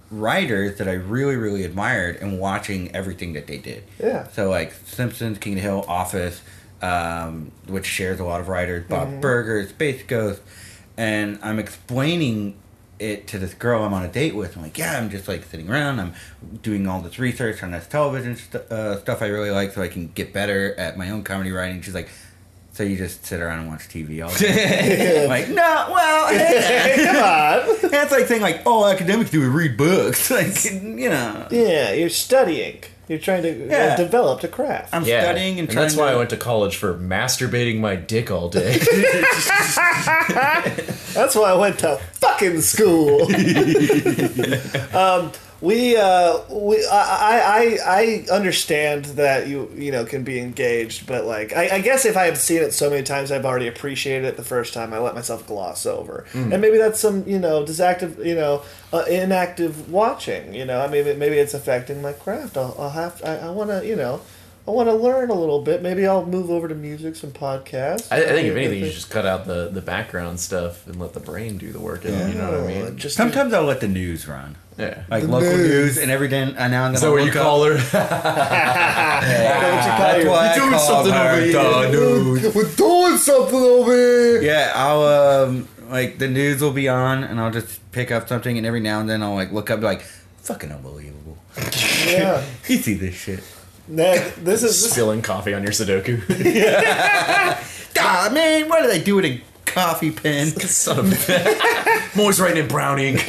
Speaker 4: writers that I really, really admired and watching everything that they did.
Speaker 2: Yeah.
Speaker 4: So like Simpsons, King of the Hill, Office, um, which shares a lot of writers, Bob Burger, Space Ghost, and I'm explaining it to this girl I'm on a date with. I'm like, yeah, I'm just like sitting around. I'm doing all this research on this television st- uh, stuff I really like, so I can get better at my own comedy writing. She's like. So you just sit around and watch TV all day? I'm like, no, well,
Speaker 2: Come on.
Speaker 4: that's like saying like, oh, academics do is read books. Like, you know,
Speaker 2: Yeah, you're studying. You're trying to uh,
Speaker 4: Yeah.
Speaker 2: develop a craft.
Speaker 4: I'm
Speaker 3: Yeah,
Speaker 4: studying and,
Speaker 3: and
Speaker 4: trying.
Speaker 3: that's why I
Speaker 4: to,
Speaker 3: went to college for masturbating my dick all day.
Speaker 2: That's why I went to fucking school. um, we, uh, we, I, I, I understand that you, you know, can be engaged, but like, I, I guess if I have seen it so many times, I've already appreciated it the first time. I let myself gloss over,
Speaker 3: Mm.
Speaker 2: and maybe that's some, you know, disactive, you know, uh, inactive watching. You know, I mean, maybe it's affecting my craft. I'll, I'll have, I, I want to, you know. I want to learn a little bit. Maybe I'll move over to music, some podcasts.
Speaker 3: I, I think if anything, you just cut out the, the background stuff and let the brain do the work. You know what I
Speaker 2: Uh,
Speaker 3: mean?
Speaker 2: just
Speaker 4: Sometimes I'll let the news run,
Speaker 3: Yeah.
Speaker 4: like local
Speaker 2: news.
Speaker 4: news. and every day and now and then.
Speaker 3: Is that what you call her? Ah,
Speaker 2: That's what Ah, you call
Speaker 4: That's
Speaker 2: your-
Speaker 4: why I
Speaker 3: doing
Speaker 4: call
Speaker 3: something
Speaker 4: her
Speaker 3: over here.
Speaker 4: the news.
Speaker 2: We're doing something over here.
Speaker 4: Yeah, I'll um like the news will be on, and I'll just pick up something, and every now and then I'll like look up like, fucking unbelievable.
Speaker 2: Yeah.
Speaker 4: You see this shit?
Speaker 2: Now, this is this,
Speaker 3: Spilling coffee on your Sudoku.
Speaker 4: Ah man, why did I do it in coffee pen?
Speaker 3: Son of a bitch. I'm always writing in brown ink.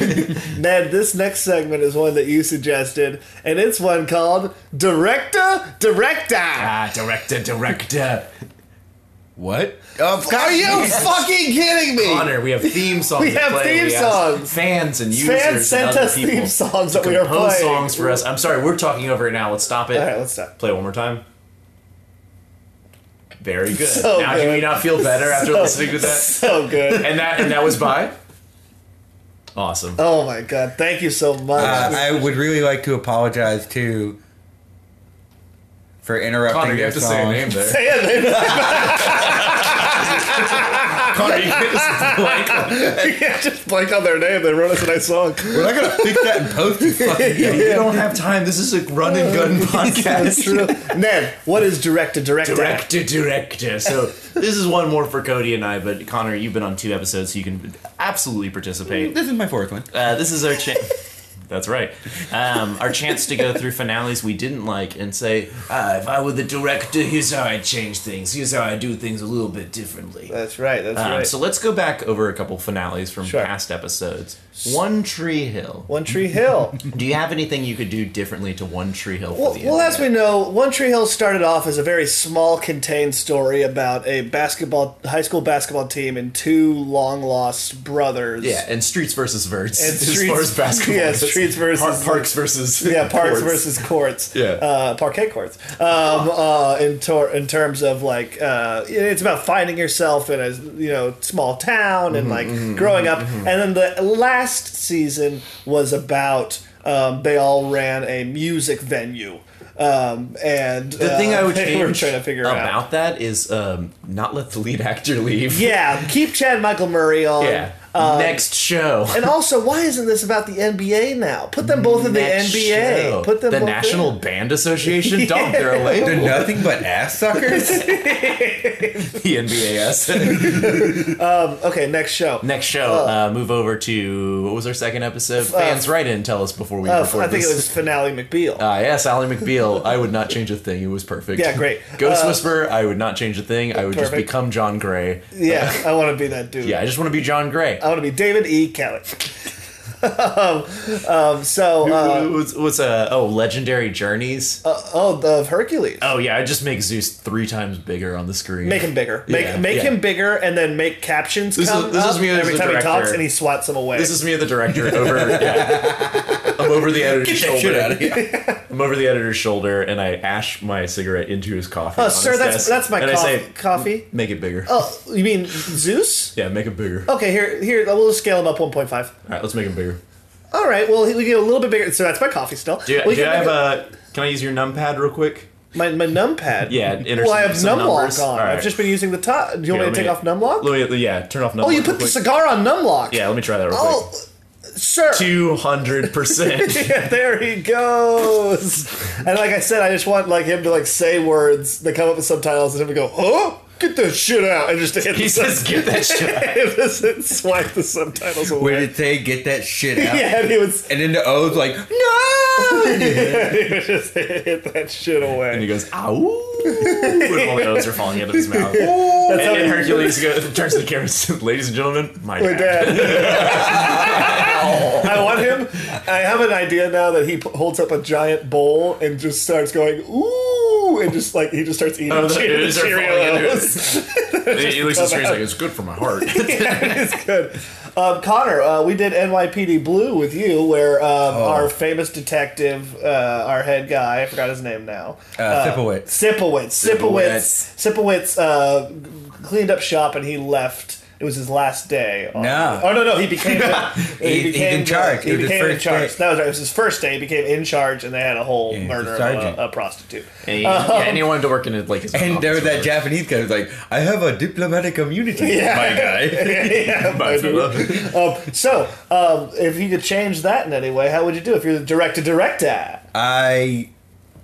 Speaker 2: Ned. This next segment is one that you suggested, and it's one called Director Director.
Speaker 3: ah, director, director. What?
Speaker 4: Of
Speaker 2: Are
Speaker 4: course,
Speaker 2: you fucking kidding me?
Speaker 3: Honor, we have theme songs.
Speaker 2: We
Speaker 3: to
Speaker 2: have
Speaker 3: play.
Speaker 2: theme
Speaker 3: ask
Speaker 2: songs.
Speaker 3: Fans and users. and
Speaker 2: Fans sent
Speaker 3: other
Speaker 2: us
Speaker 3: people
Speaker 2: theme songs that we are
Speaker 3: Compose
Speaker 2: playing.
Speaker 3: songs for us. I'm sorry, we're talking over it now. Let's stop it.
Speaker 2: All right, let's stop.
Speaker 3: Play it one more time. Very good.
Speaker 2: So
Speaker 3: now
Speaker 2: good.
Speaker 3: do we not feel better after
Speaker 2: So-
Speaker 3: listening to that?
Speaker 2: So good.
Speaker 3: And that and that was by. Awesome.
Speaker 2: Oh my god! Thank you so much.
Speaker 4: Uh,
Speaker 3: Ah,
Speaker 4: I would really like to apologize too for interrupting
Speaker 3: Connor, you
Speaker 4: your
Speaker 3: have to
Speaker 4: song.
Speaker 3: say a name there.
Speaker 2: Yeah, they-
Speaker 3: Connor, you can't just blank on it.
Speaker 2: yeah, just blanked on their name. They wrote us a nice song.
Speaker 4: We're not gonna fix that and post it. Fucking
Speaker 3: You don't have time. This is a run and gun
Speaker 2: That's
Speaker 3: podcast.
Speaker 2: true. Ned, what is Director Director?
Speaker 3: Director, director. So this is one more for Cody and I, but Connor, you've been on two episodes, so you can absolutely participate.
Speaker 4: this is my fourth one.
Speaker 3: Uh, this is our chance. That's right. Um, our chance to go through finales we didn't like and say, ah, if I were the director, here's how I'd change things. Here's how I do things a little bit differently.
Speaker 2: That's right. That's
Speaker 3: Um,
Speaker 2: right.
Speaker 3: So let's go back over a couple finales from
Speaker 2: Sure.
Speaker 3: past episodes. One Tree Hill.
Speaker 2: One Tree Hill.
Speaker 3: Do you have anything you could do differently to One Tree Hill? For
Speaker 2: Well,
Speaker 3: the
Speaker 2: well, as we
Speaker 3: internet?
Speaker 2: know, One Tree Hill started off as a very small, contained story about a basketball, high school basketball team and two long lost brothers.
Speaker 3: Yeah, and Streets versus Verts.
Speaker 2: And
Speaker 3: as far
Speaker 2: Streets-
Speaker 3: as basketball.
Speaker 2: yeah,
Speaker 3: goes.
Speaker 2: Streets versus-
Speaker 3: Par- Parks versus.
Speaker 2: Yeah, parks
Speaker 3: courts.
Speaker 2: versus courts.
Speaker 3: Yeah.
Speaker 2: uh, parquet courts. Um, uh, in tor- in terms of like, uh, it's about finding yourself in a you know small town
Speaker 3: Mm-hmm,
Speaker 2: and like growing up. And then the last season was about um, they all ran a music venue. Um, and
Speaker 3: The thing I would change
Speaker 2: uh, we're trying to figure
Speaker 3: about
Speaker 2: out
Speaker 3: that is um, not let the lead actor leave.
Speaker 2: Yeah, keep Chad Michael Murray on. Uh,
Speaker 3: Yeah.
Speaker 2: Um,
Speaker 3: Next show.
Speaker 2: And also, why isn't this about the NBA now? Put them both in the
Speaker 3: Next
Speaker 2: NBA.
Speaker 3: show.
Speaker 2: Put them
Speaker 3: the
Speaker 2: both
Speaker 3: National Band Association. Dumb. They're a label.
Speaker 4: They're nothing but ass suckers.
Speaker 3: the NBAS.
Speaker 2: In. Okay, next show.
Speaker 3: Next show. Uh, move over to what was our second episode? Fans, write in. Tell us before we
Speaker 2: Uh,
Speaker 3: record
Speaker 2: I think
Speaker 3: this.
Speaker 2: it was finale McBeal.
Speaker 3: Ah, yes, Ally McBeal. I would not change a thing. It was perfect.
Speaker 2: Yeah, great.
Speaker 3: Ghost
Speaker 2: Uh,
Speaker 3: Whisperer. I would not change a thing. I would just
Speaker 2: perfect.
Speaker 3: become John Gray.
Speaker 2: yeah, I want to be that dude.
Speaker 3: Yeah, I just want to be John Gray.
Speaker 2: I want to be David E. Kelly. um, um, so, uh,
Speaker 3: what's what's uh, oh legendary journeys?
Speaker 2: oh, the Hercules.
Speaker 3: oh yeah, I just make Zeus three times bigger on the screen.
Speaker 2: Make him bigger. Make
Speaker 3: Yeah,
Speaker 2: make
Speaker 3: yeah.
Speaker 2: him bigger, and then make captions
Speaker 3: This is-
Speaker 2: come
Speaker 3: this is
Speaker 2: up
Speaker 3: me as
Speaker 2: every
Speaker 3: the
Speaker 2: time he talks,
Speaker 3: director.
Speaker 2: and he swats them away.
Speaker 3: This is me, the director. Over, yeah. I'm over the editor's shoulder. I'm over the editor's shoulder, and I ash my cigarette into his coffee.
Speaker 2: oh,
Speaker 3: on
Speaker 2: sir,
Speaker 3: his
Speaker 2: that's
Speaker 3: desk,
Speaker 2: that's my
Speaker 3: and
Speaker 2: coff-
Speaker 3: I say, "Mm."
Speaker 2: coffee.
Speaker 3: make it bigger.
Speaker 2: Oh, you mean Zeus?
Speaker 3: Yeah, make it bigger. All
Speaker 2: Okay, here, here, we'll scale him up 1.5.
Speaker 3: right, let's make him bigger.
Speaker 2: All right, well, we get a little bit bigger. So that's my coffee still.
Speaker 3: Do,
Speaker 2: we
Speaker 3: do
Speaker 2: can
Speaker 3: I have
Speaker 2: make
Speaker 3: a? Can I use your numpad real quick?
Speaker 2: my, my numpad?
Speaker 3: Yeah, enter
Speaker 2: Well, I
Speaker 3: some-
Speaker 2: have
Speaker 3: some numbers.
Speaker 2: numlock on.
Speaker 3: All right.
Speaker 2: I've just been using the top. Do you want me to take off numlock?
Speaker 3: Let me, yeah, turn off numlock.
Speaker 2: Oh, you
Speaker 3: real
Speaker 2: put the
Speaker 3: quick.
Speaker 2: cigar on numlock.
Speaker 3: Yeah, let me try that real
Speaker 2: Oh,
Speaker 3: quick.
Speaker 2: uh, Sure.
Speaker 5: Two hundred percent.
Speaker 2: Yeah, there he goes. And like I said, I just want like him to like say words that come up with subtitles and him to go, oh, get that shit out, and just hit
Speaker 3: He
Speaker 2: the
Speaker 3: says, "Get that shit." out."
Speaker 2: sub- swipe the subtitles away.
Speaker 4: Would it say get that shit out?
Speaker 2: yeah, and he would s-
Speaker 4: And then the O's like, no!
Speaker 2: he would just hit that shit
Speaker 3: And he
Speaker 2: away.
Speaker 3: goes, "Ow!" and all the O's are falling out of his mouth. and,
Speaker 2: That's how
Speaker 3: and
Speaker 2: he-
Speaker 3: Hercules goes, turns to the camera and says, "Ladies and gentlemen, my
Speaker 2: my
Speaker 3: dad."
Speaker 2: dad. uh, I want him. I have an idea now that he p- holds up a giant bowl and just starts going ooh, and just like he just starts eating
Speaker 3: Oh, the
Speaker 2: Cheer-
Speaker 3: O's are falling into
Speaker 2: Cheerios.
Speaker 3: He looks at the screen, he's like, "It's good for my heart."
Speaker 2: it's good. Um, Connor, uh, we did NYPD Blue with you, where um, our famous detective, uh, our head guy, I forgot his name now.
Speaker 4: Uh, Sipowicz.
Speaker 2: Sipowicz. Sipowicz. Sipowicz uh, cleaned up shop and he left. It was his last day. on-
Speaker 4: No.
Speaker 2: Oh no no! He became. the-
Speaker 4: He- he's in
Speaker 2: the-
Speaker 4: charge.
Speaker 2: He
Speaker 4: It was his
Speaker 2: became in
Speaker 4: first
Speaker 2: charge.
Speaker 4: day.
Speaker 2: That was right. It was his first day. He became in charge, and they had a whole
Speaker 4: Yeah, he's a
Speaker 2: murder of
Speaker 4: sergeant.
Speaker 2: a, a prostitute.
Speaker 3: And he, yeah, and he wanted to work in it like his
Speaker 4: And there was that
Speaker 3: office or
Speaker 4: Japanese guy who's like, I have a diplomatic immunity,
Speaker 2: Yeah.
Speaker 4: my guy.
Speaker 2: yeah,
Speaker 3: whatever.
Speaker 2: my dude. Um, so, um, if you could change that in any way, how would you do? If you're the director, director.
Speaker 4: I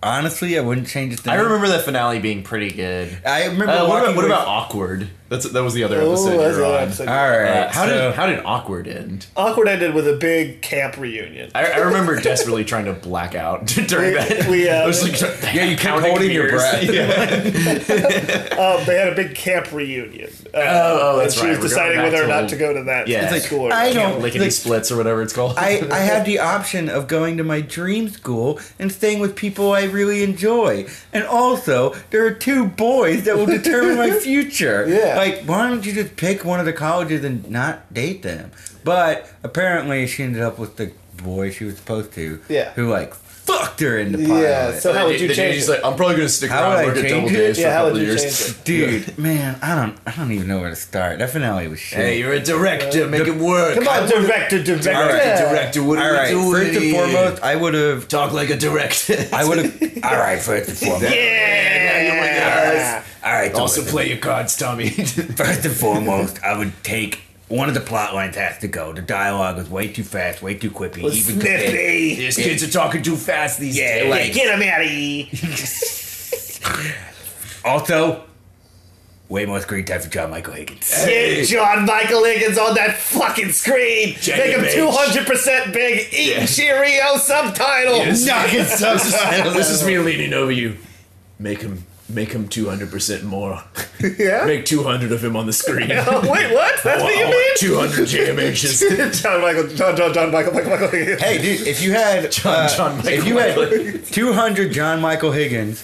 Speaker 4: honestly, I wouldn't change a thing.
Speaker 3: I remember the finale being pretty good.
Speaker 4: I remember
Speaker 3: Uh, what,
Speaker 4: walking
Speaker 3: about, what
Speaker 4: away-
Speaker 3: about awkward? That's that was the other
Speaker 2: Oh,
Speaker 3: episode.
Speaker 2: that's
Speaker 3: you were
Speaker 2: what
Speaker 3: on.
Speaker 2: I'm saying.
Speaker 4: All right.
Speaker 3: Uh, how
Speaker 4: so-
Speaker 3: did how did awkward end?
Speaker 2: Awkward ended with a big camp reunion.
Speaker 3: I, I remember desperately trying to black out during that.
Speaker 2: We, uh,
Speaker 3: I was like,
Speaker 4: Yeah, you kept
Speaker 3: counting
Speaker 4: holding your
Speaker 3: beers.
Speaker 4: breath.
Speaker 2: um, they had a big camp reunion. Uh,
Speaker 3: oh, that's
Speaker 2: and she was
Speaker 3: right. We're going
Speaker 2: deciding
Speaker 3: back
Speaker 2: whether or
Speaker 3: to
Speaker 2: not
Speaker 3: old-
Speaker 2: to go to that
Speaker 3: Yeah. It's like,
Speaker 2: school. or
Speaker 4: I
Speaker 2: not.
Speaker 4: don't-
Speaker 3: lickety
Speaker 4: Like-
Speaker 3: splits or whatever it's called.
Speaker 4: I, I had the option of going to my dream school and staying with people I really enjoy. And also, there are two boys that will determine my future.
Speaker 2: Yeah.
Speaker 4: Like, why don't you just pick one of the colleges and not date them? But apparently, she ended up with the boy she was supposed to.
Speaker 2: Yeah.
Speaker 4: Who, like, fucked her in the pilot.
Speaker 2: Yeah. So how would you
Speaker 3: The
Speaker 2: change
Speaker 3: dude's
Speaker 2: it?
Speaker 3: like, I'm probably gonna stick
Speaker 4: How
Speaker 3: around
Speaker 4: would I
Speaker 3: and work at
Speaker 4: change
Speaker 3: Double
Speaker 4: it?
Speaker 3: Days for a
Speaker 2: yeah, how
Speaker 3: couple
Speaker 2: would you
Speaker 3: years.
Speaker 2: change it?
Speaker 4: Dude, man, I don't, I don't even know where to start. That finale was shit.
Speaker 3: Hey, you're a director. Make it work.
Speaker 2: Uh, Come on, director, director.
Speaker 4: All right,
Speaker 3: Director, what
Speaker 4: All
Speaker 3: are
Speaker 4: right,
Speaker 3: we doing?
Speaker 4: first and
Speaker 3: here?
Speaker 4: foremost, I would have,
Speaker 3: talk like a director.
Speaker 4: I would have. all right, first and foremost.
Speaker 2: Yeah.
Speaker 4: All right,
Speaker 3: also,
Speaker 4: Donovan.
Speaker 3: play your cards, Tommy.
Speaker 4: First and foremost, I would take one of the plot lines has to go. The dialogue was way too fast, way too quippy. even compared-
Speaker 2: Sniffy.
Speaker 3: These kids are talking too fast these
Speaker 4: Yeah,
Speaker 3: days.
Speaker 4: like-
Speaker 2: Get him out of here.
Speaker 4: Also, way more screen time for John Michael Higgins.
Speaker 2: Get John Michael Higgins on that fucking screen.
Speaker 3: Check
Speaker 2: Make
Speaker 3: it,
Speaker 2: him
Speaker 3: bitch.
Speaker 2: 200% big. Eat Cheerio subtitle.
Speaker 3: Knocking subs. this is me leaning over you. Make him, make him two hundred percent more.
Speaker 2: Yeah?
Speaker 3: Make two hundred of him on the screen.
Speaker 2: Oh, Wait, what? That's what you mean?
Speaker 3: Two hundred jam actions.
Speaker 2: John Michael, John, John, John Michael, Michael, Michael. Higgins.
Speaker 4: Hey, dude, if you had
Speaker 3: John- John Michael
Speaker 4: if you had two hundred John Michael Higgins,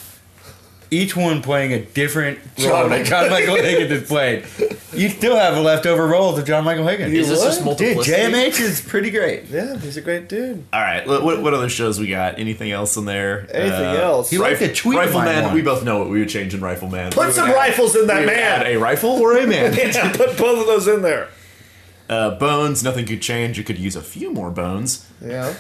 Speaker 4: each one playing a different role
Speaker 2: John
Speaker 4: that John Michael Higgins has played, you still have a leftover roles of John Michael Higgins.
Speaker 3: Is this just
Speaker 2: Dude,
Speaker 4: dude,
Speaker 3: multiplicity?
Speaker 4: JMH is pretty great.
Speaker 2: Yeah, he's a great dude.
Speaker 3: All right. What, what, what other shows we got? Anything else in there? Uh,
Speaker 2: Anything else?
Speaker 4: He liked a tweet of mine
Speaker 3: Rifleman.
Speaker 4: once.
Speaker 3: We both know what we would change in Rifleman. We
Speaker 2: Put
Speaker 3: would
Speaker 2: some
Speaker 3: add-
Speaker 2: rifles in
Speaker 3: we
Speaker 2: that
Speaker 3: would add
Speaker 2: man.
Speaker 3: a rifle or a man.
Speaker 2: Yeah, put both of those in there.
Speaker 3: Uh, bones. Nothing could change. You could use a few more bones.
Speaker 2: Yeah,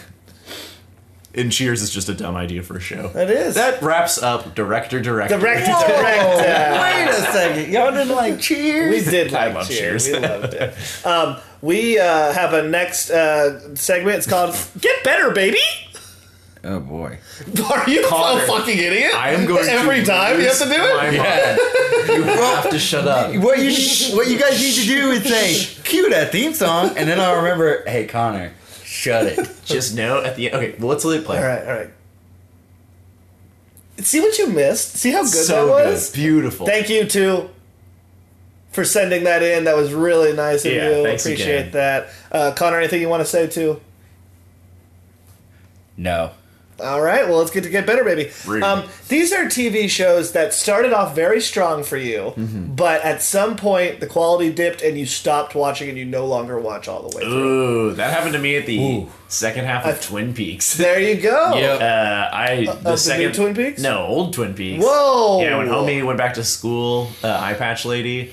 Speaker 3: And Cheers is just a dumb idea for a show.
Speaker 2: that is.
Speaker 3: That wraps up director director.
Speaker 2: director,
Speaker 4: Oh,
Speaker 2: director.
Speaker 4: wait a second, y'all didn't like Cheers?
Speaker 2: We did like
Speaker 3: love
Speaker 2: Cheers.
Speaker 3: Cheers.
Speaker 2: We loved it. Um, we uh, have a next uh, segment. It's called "Get Better, Baby."
Speaker 4: Oh boy.
Speaker 2: Are you
Speaker 3: Connor,
Speaker 2: a fucking idiot?
Speaker 3: I am going
Speaker 2: every
Speaker 3: to
Speaker 2: time you have to do it.
Speaker 3: My mind. You have to shut up.
Speaker 4: What you what you guys need to do is say, cue that theme song, and then I'll remember, hey Connor, shut it.
Speaker 3: Just know at the end. Okay, well, let's let it play.
Speaker 2: All right, all right. See what you missed. See how good
Speaker 3: so
Speaker 2: that was.
Speaker 3: good. Beautiful.
Speaker 2: Thank you to for sending that in. That was really nice of
Speaker 3: Yeah,
Speaker 2: you.
Speaker 3: thanks
Speaker 2: Appreciate
Speaker 3: again.
Speaker 2: that. Uh, Connor, anything you want to say too?
Speaker 4: No.
Speaker 2: All right, well, let's get to get better, baby.
Speaker 3: Rude.
Speaker 2: Um, these are TV shows that started off very strong for you, but at some point the quality dipped and you stopped watching and you no longer watch all the way through.
Speaker 3: Ooh, that happened to me at the second half of Twin Peaks.
Speaker 2: There you go.
Speaker 3: Uh, I the
Speaker 2: new
Speaker 3: second
Speaker 2: Twin Peaks?
Speaker 3: No, old Twin Peaks.
Speaker 2: Whoa.
Speaker 3: Yeah, when homie went back to school, uh, eye patch lady.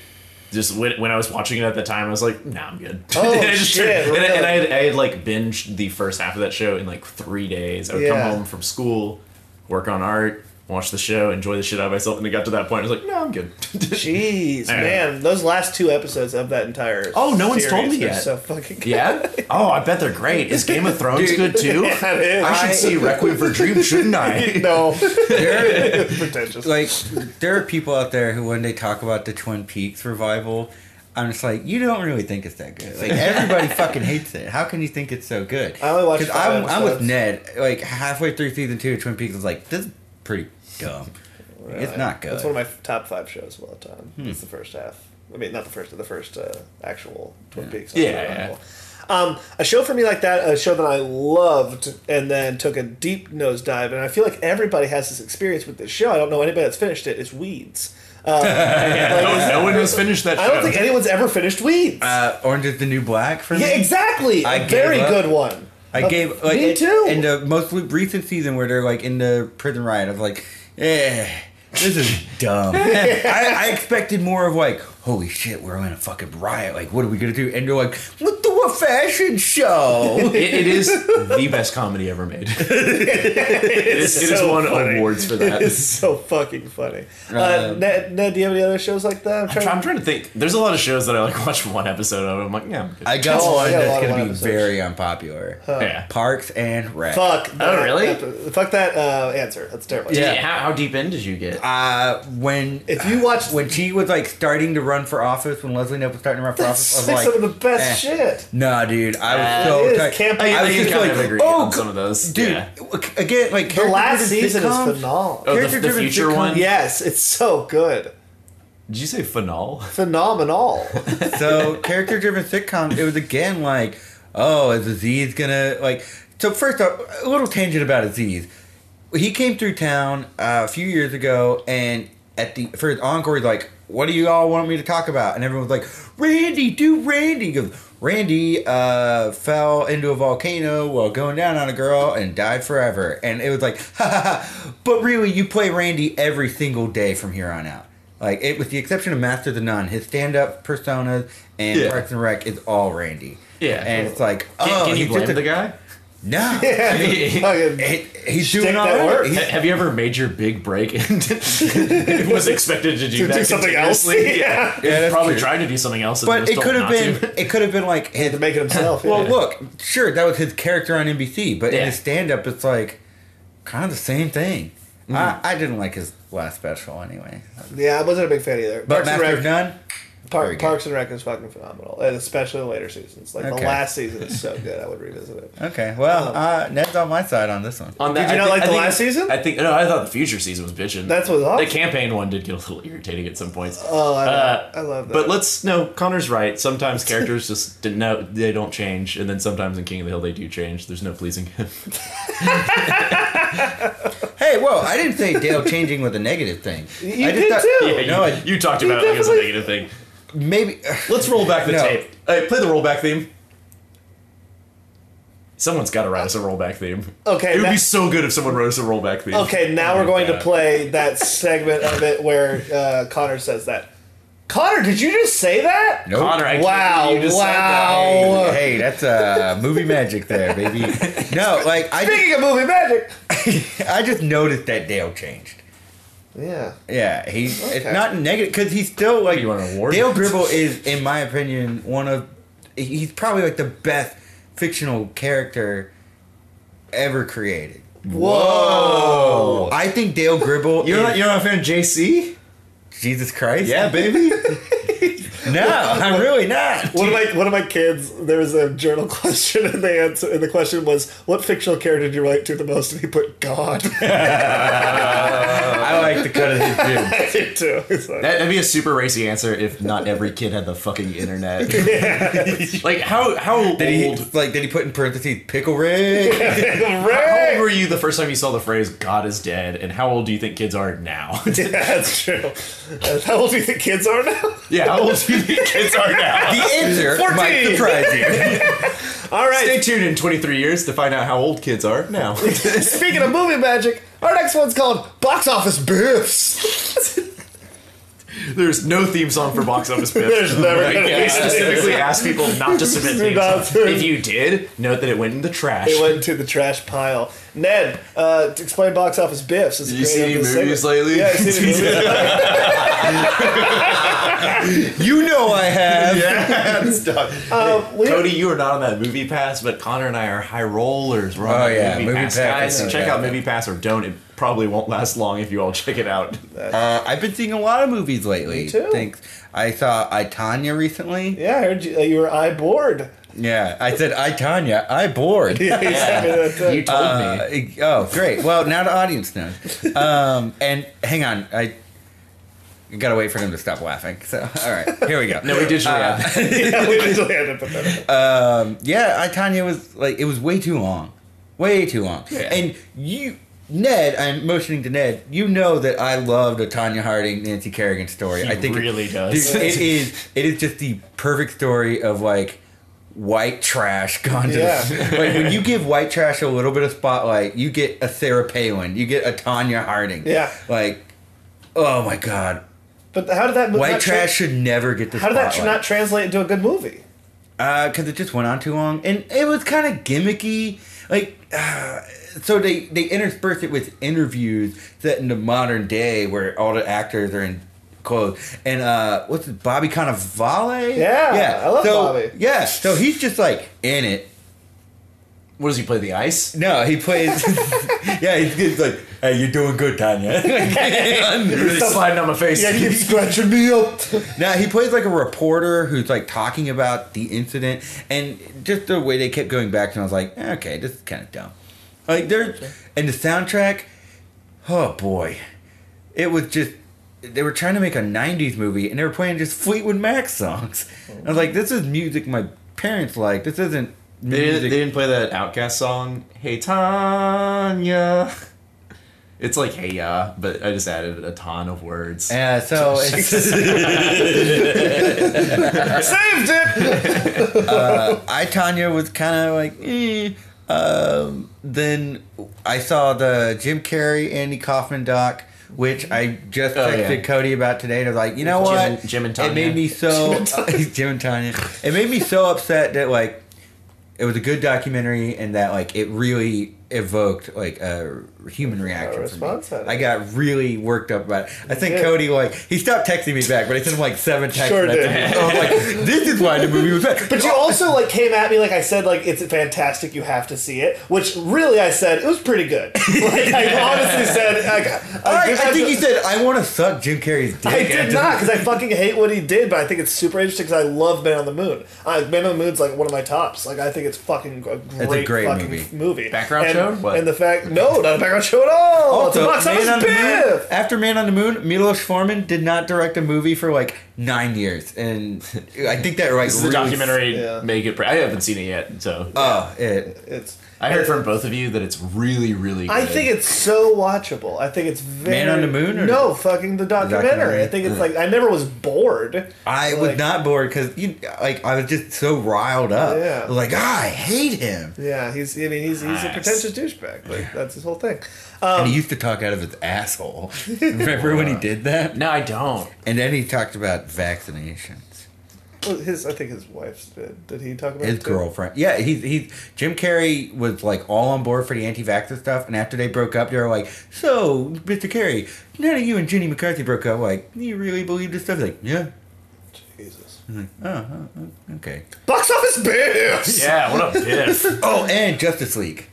Speaker 3: Just when, when I was watching it at the time, I was like, "Nah, I'm good."
Speaker 2: Oh,
Speaker 3: And I just
Speaker 2: shit,
Speaker 3: turned- And, I, and I,
Speaker 2: really?
Speaker 3: had, I had like binged the first half of that show in like three days. I would
Speaker 2: Yeah.
Speaker 3: come home from school, work on art, watch the show, enjoy the shit out of myself, and it got to that point. I was like, no, I'm good.
Speaker 2: Jeez,
Speaker 3: Yeah.
Speaker 2: man, those last two episodes of that entire
Speaker 3: Oh, no one's told
Speaker 2: series
Speaker 3: me
Speaker 2: are
Speaker 3: yet.
Speaker 2: So fucking good.
Speaker 3: yeah. Oh, I bet they're great. Is Game of Thrones good too?
Speaker 2: it is.
Speaker 3: I should see Requiem for a Dream, shouldn't I?
Speaker 2: no
Speaker 4: There,
Speaker 2: pretentious.
Speaker 4: like, there are people out there who, when they talk about the Twin Peaks revival, I'm just like, you don't really think it's that good. Like, everybody fucking hates it. How can you think it's so good?
Speaker 2: I only watched
Speaker 4: 'Cause I'm,
Speaker 2: five
Speaker 4: I'm with
Speaker 2: episodes.
Speaker 4: Ned. Like, halfway through season two of Twin Peaks, I was like, this is pretty dumb. It's not good. Hmm.
Speaker 2: It's one of my f- top five shows of all time. It's the first half. I mean, not the first, the first uh, actual Twin Peaks.
Speaker 3: Yeah,
Speaker 2: novel. Um, a show for me like that, a show that I loved and then took a deep nosedive, and I feel like everybody has this experience with this show. I don't know anybody that's finished it. It's Weeds. Uh,
Speaker 3: no, no one has finished that show.
Speaker 2: I don't think anyone's ever finished Weeds.
Speaker 4: uh, Orange is the New Black for me.
Speaker 2: yeah, exactly.
Speaker 4: I
Speaker 2: A
Speaker 4: gave
Speaker 2: very
Speaker 4: up.
Speaker 2: good one.
Speaker 4: I gave like
Speaker 2: Oh, me
Speaker 4: in-
Speaker 2: too.
Speaker 4: In the most re- recent season where they're like in the prison riot, I was like, eh, this is dumb. I, I expected more of like, holy shit, we're in a fucking riot. Like, what are we gonna do? And they're like, what the what fashion show?
Speaker 3: It, it is the best comedy ever made. it is, it has
Speaker 2: so
Speaker 3: won
Speaker 2: funny.
Speaker 3: awards for that.
Speaker 2: It's so fucking funny. Uh,
Speaker 4: Um,
Speaker 2: Ned, Ned, do you have any other shows like that? I'm
Speaker 3: I'm
Speaker 2: trying
Speaker 3: try- I'm
Speaker 2: to-
Speaker 3: trying to think. There's a lot of shows that I like watch one episode of. I'm like, yeah, I'm good.
Speaker 4: I got
Speaker 2: Oh, I
Speaker 4: one
Speaker 2: got a lot
Speaker 4: that's
Speaker 2: of
Speaker 4: gonna be
Speaker 2: episodes.
Speaker 4: very unpopular.
Speaker 3: yeah.
Speaker 4: Parks and Rec.
Speaker 2: Fuck. that-
Speaker 3: really?
Speaker 2: that- fuck that uh, answer. That's terrible.
Speaker 4: Yeah.
Speaker 3: How, how deep in did you get?
Speaker 4: Uh, when
Speaker 2: If you watch
Speaker 4: when she was like starting to run for office, when Leslie Knope was starting to run for
Speaker 2: That's
Speaker 4: office, I was
Speaker 2: like
Speaker 4: like,
Speaker 2: some of the best
Speaker 4: eh.
Speaker 2: shit.
Speaker 4: Nah, dude, I was
Speaker 3: Uh,
Speaker 4: so
Speaker 2: it is
Speaker 4: tight.
Speaker 2: camp- I
Speaker 3: I, I
Speaker 4: was
Speaker 3: think
Speaker 4: just
Speaker 3: kind
Speaker 4: like,
Speaker 3: of agree
Speaker 4: oh,
Speaker 3: on some of those.
Speaker 4: dude
Speaker 3: Yeah.
Speaker 4: again like
Speaker 2: The last
Speaker 4: character-driven
Speaker 2: season is
Speaker 4: sitcoms-
Speaker 2: phenomenal.
Speaker 3: Oh, the- the
Speaker 4: character-driven
Speaker 3: future
Speaker 4: sitcoms-
Speaker 3: one?
Speaker 2: Yes, it's so good.
Speaker 3: Did you say Phenol?
Speaker 2: Phenomenal.
Speaker 4: so character driven sitcoms it was again like oh is aziz gonna like so first off a little tangent about aziz he came through town uh, a few years ago and at the for his encore he's like what do you all want me to talk about and everyone's like randy do randy He goes, randy uh, fell into a volcano while going down on a girl and died forever and it was like ha, ha, ha. but really you play randy every single day from here on out like it, with the exception of Master of the Nun, his stand-up personas and
Speaker 3: Yeah.
Speaker 4: Parks and Rec is all Randy.
Speaker 3: Yeah.
Speaker 4: and it's like, oh,
Speaker 3: Can, can you
Speaker 4: he's just
Speaker 3: blame
Speaker 4: a-
Speaker 3: the guy?
Speaker 4: No,
Speaker 2: Fucking-
Speaker 4: He- he's
Speaker 2: Stick
Speaker 4: doing all
Speaker 2: that work.
Speaker 4: right.
Speaker 3: Ha-
Speaker 4: He's-
Speaker 3: Have you ever made your big break and was expected to do
Speaker 2: To
Speaker 3: that
Speaker 2: do something else?
Speaker 3: continuously?
Speaker 2: Yeah.
Speaker 3: Yeah,
Speaker 4: Yeah, that's
Speaker 3: probably
Speaker 4: true.
Speaker 3: tried to do something else, and
Speaker 4: but
Speaker 3: was
Speaker 4: it
Speaker 3: told
Speaker 4: could have
Speaker 3: not to.
Speaker 4: been, it could have been like his.
Speaker 2: to make it himself.
Speaker 4: Well,
Speaker 2: yeah.
Speaker 4: look, sure, that was his character on NBC, but
Speaker 3: Yeah.
Speaker 4: in his stand-up, it's like kind of the same thing.
Speaker 3: Mm-hmm.
Speaker 4: I, I didn't like his last special anyway.
Speaker 2: Yeah, I wasn't a big fan either.
Speaker 4: But
Speaker 2: Parks and
Speaker 4: Master of
Speaker 2: Rec,
Speaker 4: None,
Speaker 2: Par-
Speaker 4: very good.
Speaker 2: Parks and Rec is fucking phenomenal, and especially the later seasons. Like
Speaker 4: Okay.
Speaker 2: the last season is so good. I would revisit it.
Speaker 4: okay.
Speaker 2: Oh.
Speaker 4: Well, uh, Ned's on my side on this one.
Speaker 3: On that,
Speaker 2: Did you not
Speaker 3: thi-
Speaker 2: like the
Speaker 3: think-
Speaker 2: last season?
Speaker 3: I think no. I thought the future season was bitching.
Speaker 2: That's what's awesome.
Speaker 3: The campaign one did get a little irritating at some points.
Speaker 2: Oh, I,
Speaker 3: Uh,
Speaker 2: I love that.
Speaker 3: But let's no. Connor's right. Sometimes characters just didn't know they don't change, and then sometimes in King of the Hill they do change. There's no pleasing him.
Speaker 4: Hey, whoa! I didn't say Dale changing was a negative thing.
Speaker 2: You
Speaker 4: I
Speaker 2: did too.
Speaker 3: yeah, you,
Speaker 4: No, I-
Speaker 3: you talked about it like it was a negative thing.
Speaker 4: Maybe
Speaker 3: Let's roll back the
Speaker 4: No.
Speaker 3: tape. Hey, play the rollback theme. Someone's got to write us a rollback theme.
Speaker 2: Okay,
Speaker 3: it would
Speaker 2: that-
Speaker 3: be so good if someone wrote us a rollback theme.
Speaker 2: Okay, now we're going to play that segment of it where uh, Connor says that. Connor, did you just say that?
Speaker 4: Nope.
Speaker 3: Connor, I can't
Speaker 2: Wow,
Speaker 3: believe you just said that.
Speaker 2: wow.
Speaker 4: Hey, that's uh, movie magic there, baby. No, like I
Speaker 2: Speaking of movie magic.
Speaker 4: just, I just noticed that Dale changed.
Speaker 2: Yeah.
Speaker 4: Yeah, he it's
Speaker 2: Okay.
Speaker 4: not negative because he's still like
Speaker 3: You want an award?
Speaker 4: Dale Gribble is, in my opinion, one of he's probably like the best fictional character ever created.
Speaker 2: Whoa.
Speaker 4: I think Dale Gribble.
Speaker 3: Oh. You're
Speaker 4: is-
Speaker 3: not, you're not a fan of JC?
Speaker 4: Jesus Christ.
Speaker 3: Yeah, baby.
Speaker 4: No, I'm really not.
Speaker 2: One of my one of my kids, there was a journal question, and the answer and the question was, "What fictional character do you relate to the most?" And he put God.
Speaker 4: I like the cut of his jib.
Speaker 2: I did too. It's like-
Speaker 3: That'd be a super racy answer if not every kid had the fucking internet. like how how
Speaker 4: Did he
Speaker 3: old
Speaker 4: like? Did he put in parentheses pickle rig?
Speaker 3: how old
Speaker 2: Hooray!
Speaker 3: were you the first time you saw the phrase "God is dead"? And how old do you think kids are now?
Speaker 2: Yeah, that's true. Uh, How old do you think kids are now?
Speaker 3: yeah, how old do you think kids are now?
Speaker 4: the answer
Speaker 2: 14.
Speaker 4: might surprise you.
Speaker 2: All right.
Speaker 3: Stay tuned in 23 years to find out how old kids are now.
Speaker 2: Speaking of movie magic, our next one's called Box Office Biffs.
Speaker 3: There's no theme song for box office bits.
Speaker 2: There's never
Speaker 3: Like,
Speaker 2: gonna be
Speaker 3: we
Speaker 2: a
Speaker 3: specifically asked people not to submit theme
Speaker 2: Not
Speaker 3: songs.
Speaker 2: to-
Speaker 3: If you did, note that it went in the trash.
Speaker 2: It went to the trash pile. Ned, uh, to explain box office biffs. It's a
Speaker 5: You
Speaker 2: great
Speaker 5: see any
Speaker 2: open
Speaker 5: movies
Speaker 2: segment.
Speaker 5: lately?
Speaker 2: Yeah, I've seen any movies.
Speaker 4: You know I have.
Speaker 5: yeah, it's done.
Speaker 2: Um, we-
Speaker 3: Cody, you are not on that movie pass, but Connor and I are high rollers. We're on
Speaker 4: Oh,
Speaker 3: that
Speaker 4: yeah,
Speaker 3: movie,
Speaker 4: Movie
Speaker 3: pass,
Speaker 4: Pass,
Speaker 3: guys.
Speaker 4: yeah,
Speaker 3: check
Speaker 4: yeah.
Speaker 3: out movie pass or don't. It probably won't last long if you all check it out.
Speaker 4: Uh, I've been seeing a lot of movies lately.
Speaker 2: Me too.
Speaker 4: Thanks. I saw I Tanya recently.
Speaker 2: yeah, I heard you, uh, you were eye bored.
Speaker 4: Yeah, I said I Tanya. I bored.
Speaker 2: Yeah, you sent me that, uh,
Speaker 3: You told me.
Speaker 4: Uh, oh, great. Well, now the audience knows. Um, and hang on, I you gotta wait for him to stop laughing. So, all right, here we go.
Speaker 3: No, we did show up.
Speaker 2: yeah, we usually end up with that.
Speaker 4: yeah, I Tanya was like it was way too long, way too long. And you, Ned, I'm motioning to Ned. You know that I love the Tanya Harding Nancy Kerrigan story. I think
Speaker 3: really
Speaker 4: it,
Speaker 3: does.
Speaker 4: dude, it is. It is just the perfect story of like white trash gone to the-
Speaker 2: Yeah.
Speaker 4: like when you give white trash a little bit of spotlight, you get a Sarah Palin, you get a Tanya Harding.
Speaker 2: Yeah.
Speaker 4: like oh my god,
Speaker 2: But how did that movie?
Speaker 4: white trash should never get the
Speaker 2: How did that
Speaker 4: spotlight.
Speaker 2: not translate into a good movie?
Speaker 4: because Uh, it just went on too long, and it was kind of gimmicky. Like, uh, so they they interspersed it with interviews set in the modern day where all the actors are in clothes. And uh, what's it, Bobby Cannavale?
Speaker 2: Yeah,
Speaker 4: yeah,
Speaker 2: I love
Speaker 4: so,
Speaker 2: Bobby.
Speaker 4: Yeah, so he's just like in it.
Speaker 3: What does he play? The ice?
Speaker 4: No, he plays. yeah, he's, he's like, "Hey, you're doing good, Tanya."
Speaker 3: Really sliding on my face.
Speaker 2: Yeah, you keep scratching me up.
Speaker 4: Now he plays like a reporter who's like talking about the incident, and just the way they kept going back, and I was like, "Eh, okay, this is kind of dumb. Like there's and the soundtrack, oh boy, it was just they were trying to make a '90s movie, and they were playing just Fleetwood Mac songs. I was like, this is music my parents like. This isn't
Speaker 3: They
Speaker 4: music.
Speaker 3: didn't, they didn't play that Outcast song, Hey Tanya. It's like Hey Ya, but I just added a ton of words.
Speaker 4: yeah, so it's,
Speaker 2: Saved it.
Speaker 4: I Tanya was kind of like, eh. um, then I saw the Jim Carrey Andy Kaufman doc, which I just
Speaker 3: Oh,
Speaker 4: texted
Speaker 3: yeah.
Speaker 4: Cody about today, and I was like, you know
Speaker 3: Jim-
Speaker 4: what,
Speaker 3: Jim and
Speaker 4: it
Speaker 3: Tanya.
Speaker 4: made me so Jim and Tanya, it made me so upset that like it was a good documentary and that like it really evoked like a human reaction from
Speaker 2: response out
Speaker 4: me.
Speaker 2: of
Speaker 4: I
Speaker 2: it.
Speaker 4: got really worked up about it. I think
Speaker 2: did.
Speaker 4: Cody like he stopped texting me back, but I sent him like seven texts.
Speaker 2: Sure
Speaker 4: and I
Speaker 2: did.
Speaker 4: sent him- I was like, this is why the movie was bad.
Speaker 2: But you also like came at me like I said like it's fantastic. You have to see it, which really I said it was pretty good. Like I honestly said like,
Speaker 4: I,
Speaker 2: just
Speaker 4: I
Speaker 2: have
Speaker 4: think
Speaker 2: to-
Speaker 4: he said, "I want to suck Jim Carrey's dick."
Speaker 2: I did not because I fucking hate what he did, but I think it's super interesting because I love Man on the Moon. I, Man on the Moon's like one of my tops. Like I think it's fucking a great,
Speaker 4: great
Speaker 2: fucking
Speaker 4: movie.
Speaker 2: movie.
Speaker 3: Background
Speaker 2: and,
Speaker 3: show? What?
Speaker 2: And the fact, no, not a background show at all.
Speaker 4: Also,
Speaker 2: it's a box office
Speaker 4: Oh, Man on the Moon,
Speaker 2: biff.
Speaker 4: after Man on the Moon, Milos Forman did not direct a movie for like nine years, and I think that right.
Speaker 3: Does the documentary
Speaker 2: Yeah.
Speaker 3: make it? Pre- I haven't seen it yet, so
Speaker 4: Oh, it.
Speaker 2: It's.
Speaker 3: I heard from both of you that it's really, really. Good.
Speaker 2: I think it's so watchable. I think it's very
Speaker 4: Man on the Moon or-
Speaker 2: no, fucking the documentary.
Speaker 4: documentary? Uh.
Speaker 2: I think it's like I never was bored.
Speaker 4: I
Speaker 2: Like-
Speaker 4: was not bored because you like I was just so riled up.
Speaker 2: Yeah.
Speaker 4: I was like "Ah, I hate him,
Speaker 2: Yeah, he's. I mean, he's he's a
Speaker 3: Nice.
Speaker 2: pretentious douchebag. Like that's his whole thing. Um,
Speaker 4: and he used to talk out of his asshole. Remember when he did that?
Speaker 3: No, I don't.
Speaker 4: And then he talked about vaccinations.
Speaker 2: Well, His, I think his wife's did. Did he talk about
Speaker 4: His
Speaker 2: it too?
Speaker 4: girlfriend. Yeah, he he Jim Carrey was like all on board for the anti-vaxxer stuff, and after they broke up, they were like, "So, Mr. Carrey, now that you and Jenny McCarthy broke up, like, you really believe this stuff?" He's like, yeah.
Speaker 2: Jesus.
Speaker 4: Okay.
Speaker 2: Box office biffs.
Speaker 3: Yeah, what a biff.
Speaker 4: Oh, and Justice League.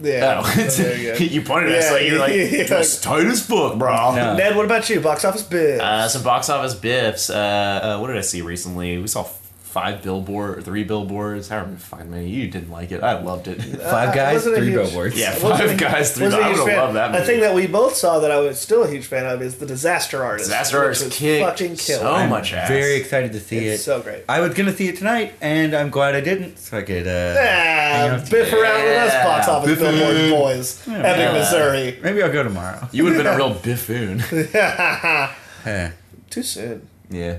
Speaker 2: Yeah.
Speaker 3: No,
Speaker 2: so there you go.
Speaker 3: Oh, you pointed at us
Speaker 2: Yeah,
Speaker 3: like you're like
Speaker 2: yeah.
Speaker 3: "That's tight as book, bro.
Speaker 4: No.
Speaker 2: Ned, what about you? Box office biffs.
Speaker 3: Uh, some box office biffs. Uh, uh, what did I see recently? We saw f- five billboard, or three billboards. However, fucking many you didn't like it. I loved it.
Speaker 4: Five
Speaker 2: I
Speaker 4: guys,
Speaker 2: wasn't a
Speaker 4: three
Speaker 2: huge-
Speaker 4: billboards.
Speaker 3: Yeah,
Speaker 2: I wasn't
Speaker 3: five
Speaker 2: a-
Speaker 3: guys, three.
Speaker 2: wasn't a
Speaker 3: I
Speaker 2: huge
Speaker 3: would
Speaker 2: fan.
Speaker 3: have loved that. Movie.
Speaker 2: A thing that we both saw that I was still a huge fan of is the Disaster Artist.
Speaker 3: Disaster
Speaker 2: which
Speaker 3: Artist
Speaker 2: was
Speaker 3: kicked
Speaker 2: fucking killed.
Speaker 3: so
Speaker 4: I'm
Speaker 3: much ass.
Speaker 4: Very excited to see
Speaker 2: It's
Speaker 4: it.
Speaker 2: so great.
Speaker 4: I was gonna see it tonight, and I'm glad I didn't, so I could. Uh, hang
Speaker 2: Ah,
Speaker 4: out.
Speaker 2: biff around with us, box office
Speaker 3: Biff-oo.
Speaker 2: billboard boys, Ebbing, Missouri.
Speaker 4: Maybe I'll go tomorrow.
Speaker 3: you would have been a real biffoon.
Speaker 4: Eh.
Speaker 2: Too soon.
Speaker 3: yeah,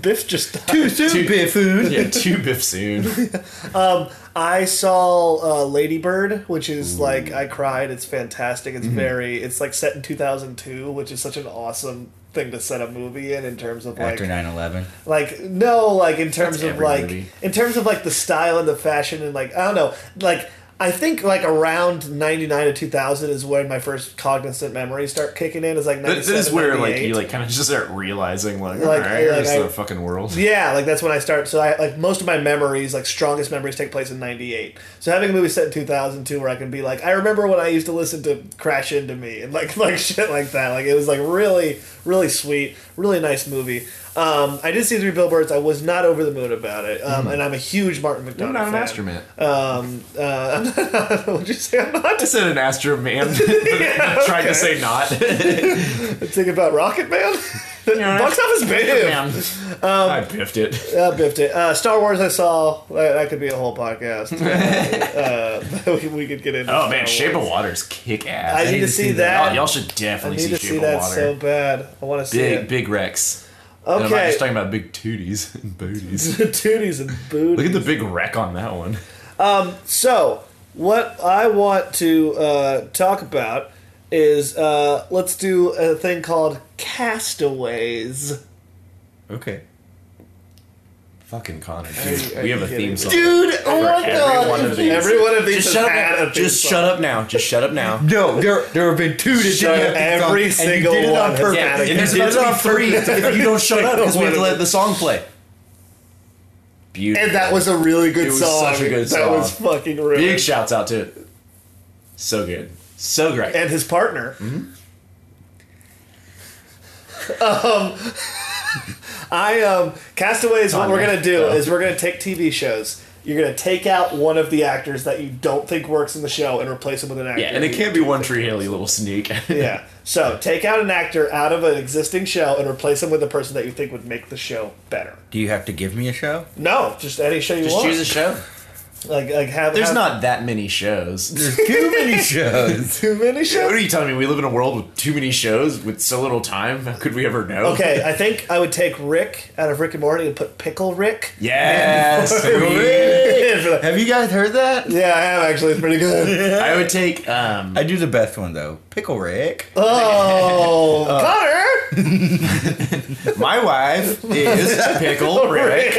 Speaker 2: Biff just died.
Speaker 4: Too soon, biffoon.
Speaker 3: yeah, too biffoon.
Speaker 2: I saw uh, Lady Bird, which is like I cried. It's fantastic.
Speaker 3: Mm-hmm.
Speaker 2: It's very. It's like set in 2002, which is such an awesome thing to set a movie in in terms of like
Speaker 4: After 9/11.
Speaker 2: like no like in terms
Speaker 3: That's
Speaker 2: of
Speaker 3: every
Speaker 2: like
Speaker 3: movie.
Speaker 2: in terms of like the style and the fashion and like I don't know like I think like around ninety nine to two thousand is when my first cognizant memories start kicking in. Is like
Speaker 7: That, that is
Speaker 2: 97,
Speaker 7: where like
Speaker 2: 98.
Speaker 7: you like kind of just start realizing like,
Speaker 2: Like,
Speaker 7: all right, here's
Speaker 2: like, I-
Speaker 7: the fucking world.
Speaker 2: Yeah, like that's when I start. So I like most of my memories, like strongest memories, take place in '98. So having a movie set in 2002, where I can be like, I remember when I used to listen to Crash Into Me and like like shit like that. Like it was like really really sweet, really nice movie. Um, I did see Three Billboards. I was not over the moon about it, um, and I'm a huge Martin McDonough
Speaker 7: I'm Hmm. not an
Speaker 2: fan.
Speaker 7: astroman.
Speaker 2: Would you say I'm not?
Speaker 7: I said an astroman. man. Trying to say not.
Speaker 2: Think about Rocket Man.
Speaker 7: an
Speaker 2: Box office big. Um,
Speaker 7: I biffed it.
Speaker 2: Uh, biffed it. Uh, Star Wars. I saw. Uh, that could be a whole podcast. uh, uh, we, we could get into.
Speaker 7: Oh
Speaker 2: Star
Speaker 7: man,
Speaker 2: Wars.
Speaker 7: Shape of Water's kick
Speaker 2: I
Speaker 7: ass.
Speaker 2: need, to see that.
Speaker 7: Y'all, Oh, y'all should
Speaker 2: I
Speaker 7: definitely
Speaker 2: need
Speaker 7: see
Speaker 2: to
Speaker 7: Shape
Speaker 2: see
Speaker 7: of
Speaker 2: that
Speaker 7: Water.
Speaker 2: so bad. I want to see
Speaker 7: big,
Speaker 2: it.
Speaker 7: big Rex. And I'm not
Speaker 2: Okay,
Speaker 7: just talking about big tooties and booties.
Speaker 2: tooties and booties.
Speaker 7: Look at the big wreck on that one.
Speaker 2: So, what I want to uh, talk about is uh, let's do a thing called castaways.
Speaker 4: Okay.
Speaker 7: Fucking Connor, dude.
Speaker 2: are
Speaker 7: we
Speaker 2: you
Speaker 7: have a
Speaker 2: kidding
Speaker 7: theme
Speaker 2: me?
Speaker 7: song.
Speaker 2: Dude, oh my
Speaker 7: every
Speaker 2: god!
Speaker 7: one of these.
Speaker 2: Every one of these
Speaker 3: Just
Speaker 2: has
Speaker 3: shut
Speaker 2: had
Speaker 3: up.
Speaker 2: a theme
Speaker 3: Just
Speaker 2: song.
Speaker 3: shut up now. Just shut up now.
Speaker 4: No, there there have been two that
Speaker 2: Shut
Speaker 4: didn't have theme
Speaker 2: every
Speaker 4: songs, and
Speaker 2: single
Speaker 4: you did it
Speaker 2: one
Speaker 4: on
Speaker 2: has
Speaker 4: purpose.
Speaker 2: had a
Speaker 4: And
Speaker 2: theme
Speaker 4: there's
Speaker 3: There's about
Speaker 4: another
Speaker 3: to be three if you don't shut up because we have to let the song play.
Speaker 2: And that was a really good
Speaker 3: It was
Speaker 2: song.
Speaker 3: such a good
Speaker 2: That was
Speaker 3: song.
Speaker 2: fucking real.
Speaker 3: Big shouts out to it. So good. So great.
Speaker 2: and his partner. Um,
Speaker 3: Mm-hmm.
Speaker 2: I um, Castaways. What we're gonna do is we're gonna take TV shows. You're gonna take out one of the actors that you don't think works in the show and replace him with an actor.
Speaker 3: yeah, and it
Speaker 2: who-
Speaker 3: can't be one Tree Hill, you little sneak.
Speaker 2: Yeah. So take out an actor out of an existing show and replace him with a person that you think would make the show better.
Speaker 4: Do you have to give me a show?
Speaker 2: No, just any show you
Speaker 3: Just
Speaker 2: want.
Speaker 3: choose a show.
Speaker 2: like, like have.
Speaker 3: There's
Speaker 2: have
Speaker 3: not that many shows.
Speaker 4: There's too many shows.
Speaker 2: too many
Speaker 3: What
Speaker 2: shows.
Speaker 3: are you telling me? We live in a world with too many shows with so little time. How could we ever know?
Speaker 2: Okay, I think I would take Rick out of Rick and Morty and put Pickle Rick.
Speaker 3: Yes.
Speaker 4: have you guys heard that?
Speaker 2: Yeah, I am actually. It's pretty good.
Speaker 3: I would take um
Speaker 4: I do the best one though. Pickle Rick.
Speaker 2: Oh, Connor!
Speaker 4: My wife is
Speaker 3: Pickle Rick.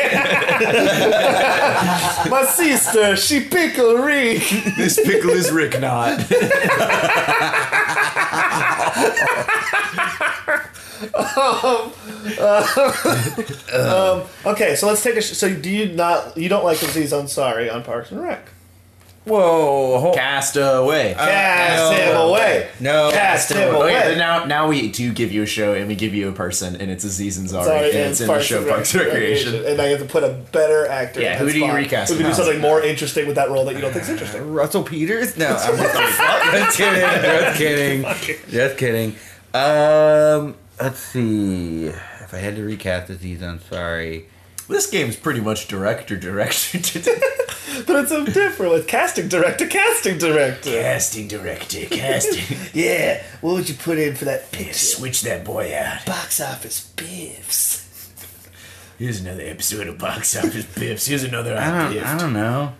Speaker 2: My sister, she pickle Rick.
Speaker 3: This pickle is Rick not.
Speaker 2: Okay, so let's take a. Sh- so do you not? You don't like Aziz Ansari on Parks and Rec?
Speaker 4: Whoa. Hold,
Speaker 3: Cast away.
Speaker 2: Cast him away.
Speaker 4: no.
Speaker 2: Cast him
Speaker 3: Oh, yeah,
Speaker 2: away.
Speaker 3: now, now we do give you a show and we give you a person and it's Aziz Ansari
Speaker 2: Sorry,
Speaker 3: and it's in the show Parks and Recreation.
Speaker 2: and now you have to put a better actor.
Speaker 3: Yeah,
Speaker 2: in
Speaker 3: who
Speaker 2: that
Speaker 3: do you
Speaker 2: spot.
Speaker 3: recast
Speaker 2: Who can do
Speaker 3: now?
Speaker 2: something more interesting with that role that you don't think is interesting?
Speaker 4: Russell Peters? No, I'm just kidding. Just kidding. Just kidding. Just kidding. Um, let's see. If I had to recast Aziz Ansari,
Speaker 3: This game's pretty much director director
Speaker 2: But it's so different with casting director, casting director.
Speaker 3: casting director casting.
Speaker 2: Yeah, what would you put in for that picture?
Speaker 3: Switch that boy out.
Speaker 2: Box office biffs.
Speaker 3: Here's another episode of Box Office Biffs. Here's another
Speaker 4: I don't, I don't know.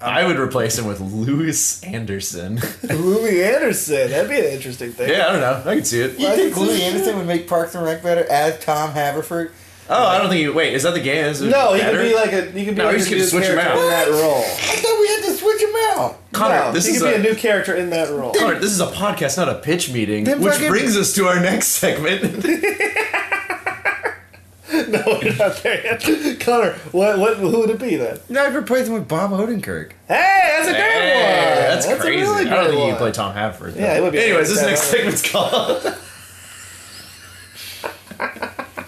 Speaker 3: I would replace him with Lewis Anderson.
Speaker 2: Louis Anderson. That'd be an interesting thing.
Speaker 3: yeah, I don't know. I can see it.
Speaker 4: You think Louis Anderson would make Parks and Rec better as Tom Haverford?
Speaker 3: Oh, I don't think you. Wait, is that the game? Is it
Speaker 2: No, he
Speaker 3: better?
Speaker 2: could be like a. He could be
Speaker 3: No,
Speaker 2: like
Speaker 3: he's
Speaker 2: a
Speaker 3: gonna
Speaker 2: new
Speaker 3: switch him
Speaker 2: character
Speaker 3: out.
Speaker 2: in that role.
Speaker 4: I thought we had to switch him out.
Speaker 3: Connor,
Speaker 2: no,
Speaker 3: this
Speaker 2: he
Speaker 3: is
Speaker 2: could
Speaker 3: a,
Speaker 2: be a new character in that role.
Speaker 3: Connor, this is a podcast, not a pitch meeting,
Speaker 4: Then
Speaker 3: which
Speaker 4: fucking-
Speaker 3: brings us to our next segment.
Speaker 2: no, we're not there yet. Connor, what, what, who would it be then?
Speaker 4: No, I'd replace him with Bob Odenkirk.
Speaker 2: Hey, that's a great
Speaker 3: Hey,
Speaker 2: one.
Speaker 3: that's,
Speaker 2: a
Speaker 3: crazy.
Speaker 2: really
Speaker 3: I don't
Speaker 2: good
Speaker 3: think you
Speaker 2: one.
Speaker 3: play Tom Haverford. though.
Speaker 2: Yeah, it would be.
Speaker 3: Anyways, this
Speaker 2: Yeah.
Speaker 3: next segment's called.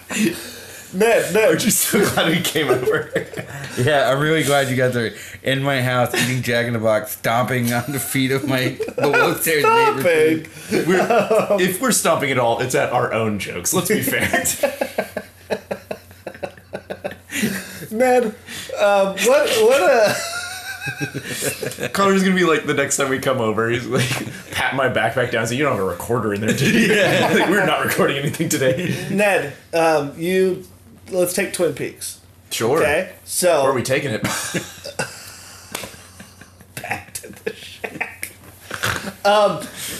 Speaker 2: Ned, Ned,
Speaker 3: Aren't you so glad we came over?
Speaker 4: Yeah, I'm really glad you guys are in my house eating Jack in the Box, stomping on the feet of my below stairs
Speaker 2: stop
Speaker 4: neighbors.
Speaker 2: it.
Speaker 3: We're, if we're stomping at all, it's at our own jokes. Let's be fair.
Speaker 2: Ned, um, what, what a.
Speaker 3: Connor's gonna be like the next time we come over, he's like pat my backpack down. So you don't have a recorder in there, do you? like, we're not recording anything today.
Speaker 2: Ned, um, you. Let's take Twin Peaks.
Speaker 3: Sure.
Speaker 2: Okay? So.
Speaker 3: Where are we taking it?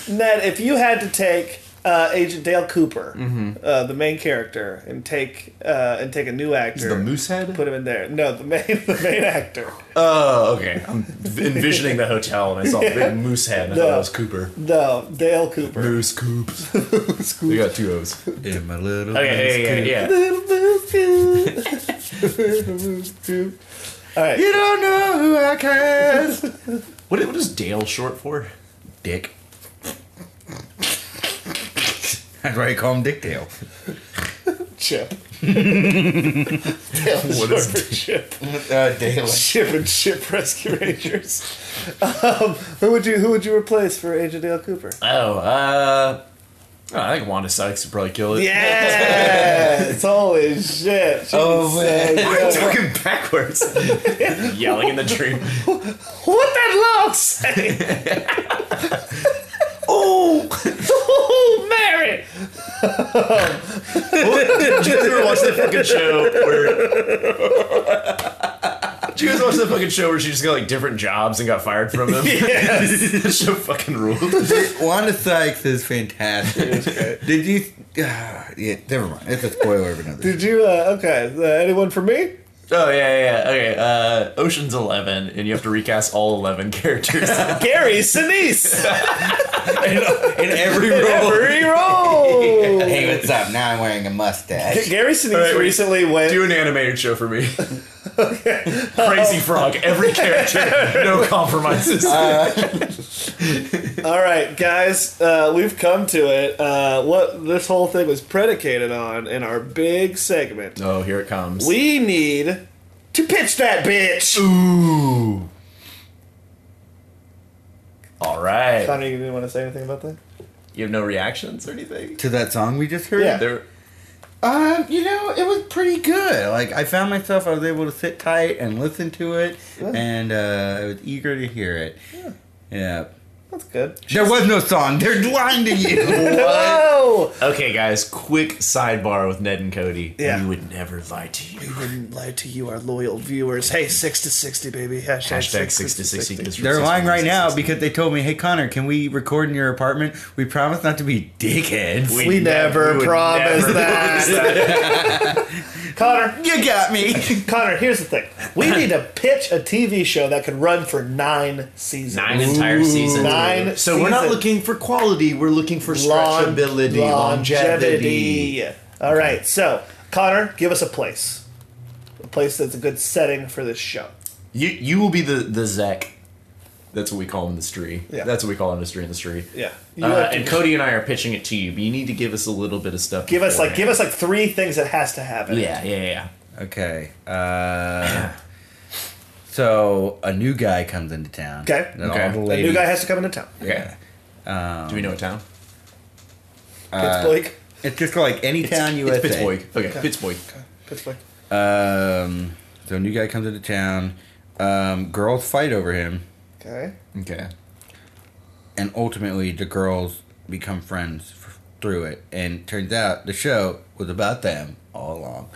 Speaker 2: Ned, if you had to take uh, Agent Dale Cooper,
Speaker 3: Mm-hmm.
Speaker 2: uh, the main character, and take uh, and take a new actor.
Speaker 8: The Moosehead?
Speaker 2: Put him in there. No, the main the main actor.
Speaker 3: Oh, okay. I'm envisioning the hotel, and I saw a big moose head, and I thought it was Cooper.
Speaker 2: No, Dale Cooper.
Speaker 8: Moose Coops. we got two O's.
Speaker 4: In my little
Speaker 3: Okay, yeah, yeah, yeah.
Speaker 8: You don't know who I cast.
Speaker 3: What, what is Dale short for?
Speaker 4: dick. That's why you call him Dick Dale.
Speaker 2: Chip. Dale what is Chip?
Speaker 4: Uh, Dale.
Speaker 2: Chip and Chip Rescue Rangers. Um, who would you who would you replace for Agent Dale Cooper?
Speaker 3: Oh, uh. oh, I think Wanda Sykes would probably kill it.
Speaker 2: Yes, holy shit! She
Speaker 4: Oh,
Speaker 2: can say,
Speaker 3: We're
Speaker 2: yo,
Speaker 3: talking backwards. Yelling in the dream.
Speaker 2: what that looks? Say?
Speaker 3: Oh!
Speaker 2: oh, Mary!
Speaker 3: Did you guys ever watch the fucking show where? Did you guys watch the fucking show where she just got like different jobs and got fired from them? Yes. that show fucking ruled.
Speaker 4: Wanda Sykes is fantastic. Did you? Uh, yeah, never mind. It's a spoiler of another.
Speaker 2: Did you? Uh, okay, uh, anyone for me?
Speaker 3: Oh yeah, yeah, yeah. Okay, uh, Ocean's Eleven, and you have to recast all eleven characters
Speaker 2: Gary Sinise.
Speaker 4: in every role.
Speaker 2: Free roll.
Speaker 4: Hey, what's up? Now I'm wearing a mustache.
Speaker 2: Gary Sinise
Speaker 3: All right, we-
Speaker 2: recently went.
Speaker 3: Do an animated show for me. Crazy Frog, every character, no compromises.
Speaker 2: All right, guys, uh, we've come to it. Uh, what this whole thing was predicated on in our big segment.
Speaker 3: oh, here it comes.
Speaker 2: We need to pitch that bitch.
Speaker 3: Ooh. All right.
Speaker 2: Connor, you didn't want to say anything about that?
Speaker 3: You have no reactions or anything?
Speaker 4: To that song we just heard?
Speaker 2: Yeah.
Speaker 3: There.
Speaker 4: Um, you know, it was pretty good. Like I found myself, I was able to sit tight and listen to it, and uh, I was eager to hear it. Yeah.
Speaker 2: That's good.
Speaker 4: There was no song. They're lying to you.
Speaker 2: Whoa!
Speaker 3: Okay, guys, quick sidebar with Ned and Cody.
Speaker 2: Yeah.
Speaker 3: We would never lie to you.
Speaker 2: Wouldn't lie to you, our loyal viewers. Hey, six to sixty, baby. Hashtag,
Speaker 3: Hashtag 6 to 60.
Speaker 4: They're lying right now because they told me, "Hey Connor, can we record in your apartment? We promise not to be dickheads."
Speaker 2: We never
Speaker 3: would
Speaker 2: promised
Speaker 3: never
Speaker 2: that. Connor,
Speaker 4: you got me.
Speaker 2: Connor, here's the thing. We need to pitch a TV show that could run for nine seasons.
Speaker 9: Nine entire seasons.
Speaker 2: Nine
Speaker 8: So we're not
Speaker 2: seasons.
Speaker 8: looking for quality, we're looking for
Speaker 2: Lon-
Speaker 8: stretchability, longevity.
Speaker 2: longevity. All right, so Connor, give us a place. A place that's a good setting for this show.
Speaker 3: You you will be the the Zek. That's what we call industry.
Speaker 2: Yeah.
Speaker 3: That's what we call industry industry.
Speaker 2: Yeah. You
Speaker 3: Uh,
Speaker 2: have to
Speaker 3: and Cody and I are pitching it to you, but you need to give us a little bit of stuff.
Speaker 2: give us like
Speaker 3: beforehand.
Speaker 2: give us like three things that has to happen.
Speaker 3: Yeah, yeah, yeah.
Speaker 4: Okay. Uh, so a new guy comes into town.
Speaker 2: Okay.
Speaker 4: Then all
Speaker 3: Okay.
Speaker 4: the
Speaker 3: A new
Speaker 2: A
Speaker 4: ladies-
Speaker 2: new guy has to come into town.
Speaker 3: Okay. Do we know what town?
Speaker 2: It's Blake.
Speaker 4: It's just like any town you
Speaker 3: it's
Speaker 4: USA.
Speaker 3: Pittsburgh. Okay, Pittsburgh.
Speaker 2: Pittsburgh.
Speaker 4: Um, so a new guy comes into town. Um, girls fight over him,
Speaker 2: Okay.
Speaker 3: Okay.
Speaker 4: and ultimately the girls become friends f- through it. And turns out the show was about them all along.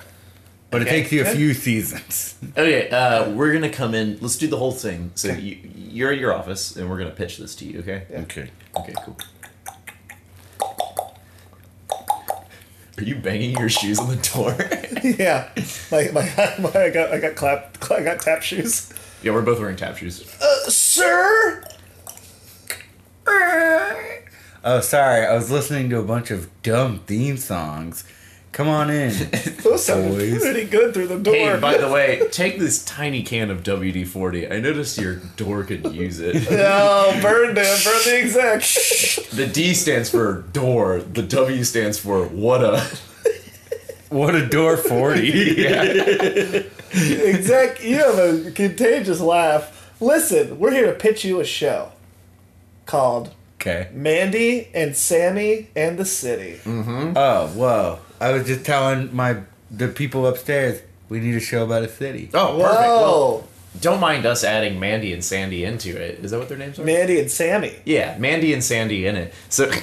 Speaker 4: But it
Speaker 3: Okay.
Speaker 4: takes you a
Speaker 2: Okay.
Speaker 4: few seasons.
Speaker 3: Okay, uh, we're gonna come in. Let's do the whole thing. So you, you're at your office, and we're gonna pitch this to you. Okay.
Speaker 4: Okay.
Speaker 3: Okay. Cool. Are you banging your shoes on the door?
Speaker 2: Yeah, my, my, my I got I got clap I got tap shoes.
Speaker 3: yeah, we're both wearing tap shoes.
Speaker 2: Sir,
Speaker 4: Oh, sorry. I was listening to a bunch of dumb theme songs. Come on in.
Speaker 2: those sounded
Speaker 4: Boys.
Speaker 2: pretty good through the door.
Speaker 3: Hey, by the way, take this tiny can of WD 40. I noticed your door could use it.
Speaker 2: oh, burn them, burn the exec.
Speaker 3: The D stands for door, the W stands for what a.
Speaker 4: what a door 40.
Speaker 2: exec, you have a contagious laugh. Listen, we're here to pitch you a show called
Speaker 4: Okay.
Speaker 2: Mandy and Sammy and the City.
Speaker 4: Oh, whoa. I was just telling my the people upstairs we need a show about a city.
Speaker 3: Oh,
Speaker 2: Whoa,
Speaker 3: don't mind us adding Mandy and Sandy into it. Is that what their names are?
Speaker 2: Mandy and Sammy.
Speaker 3: yeah, Mandy and Sandy in it. So.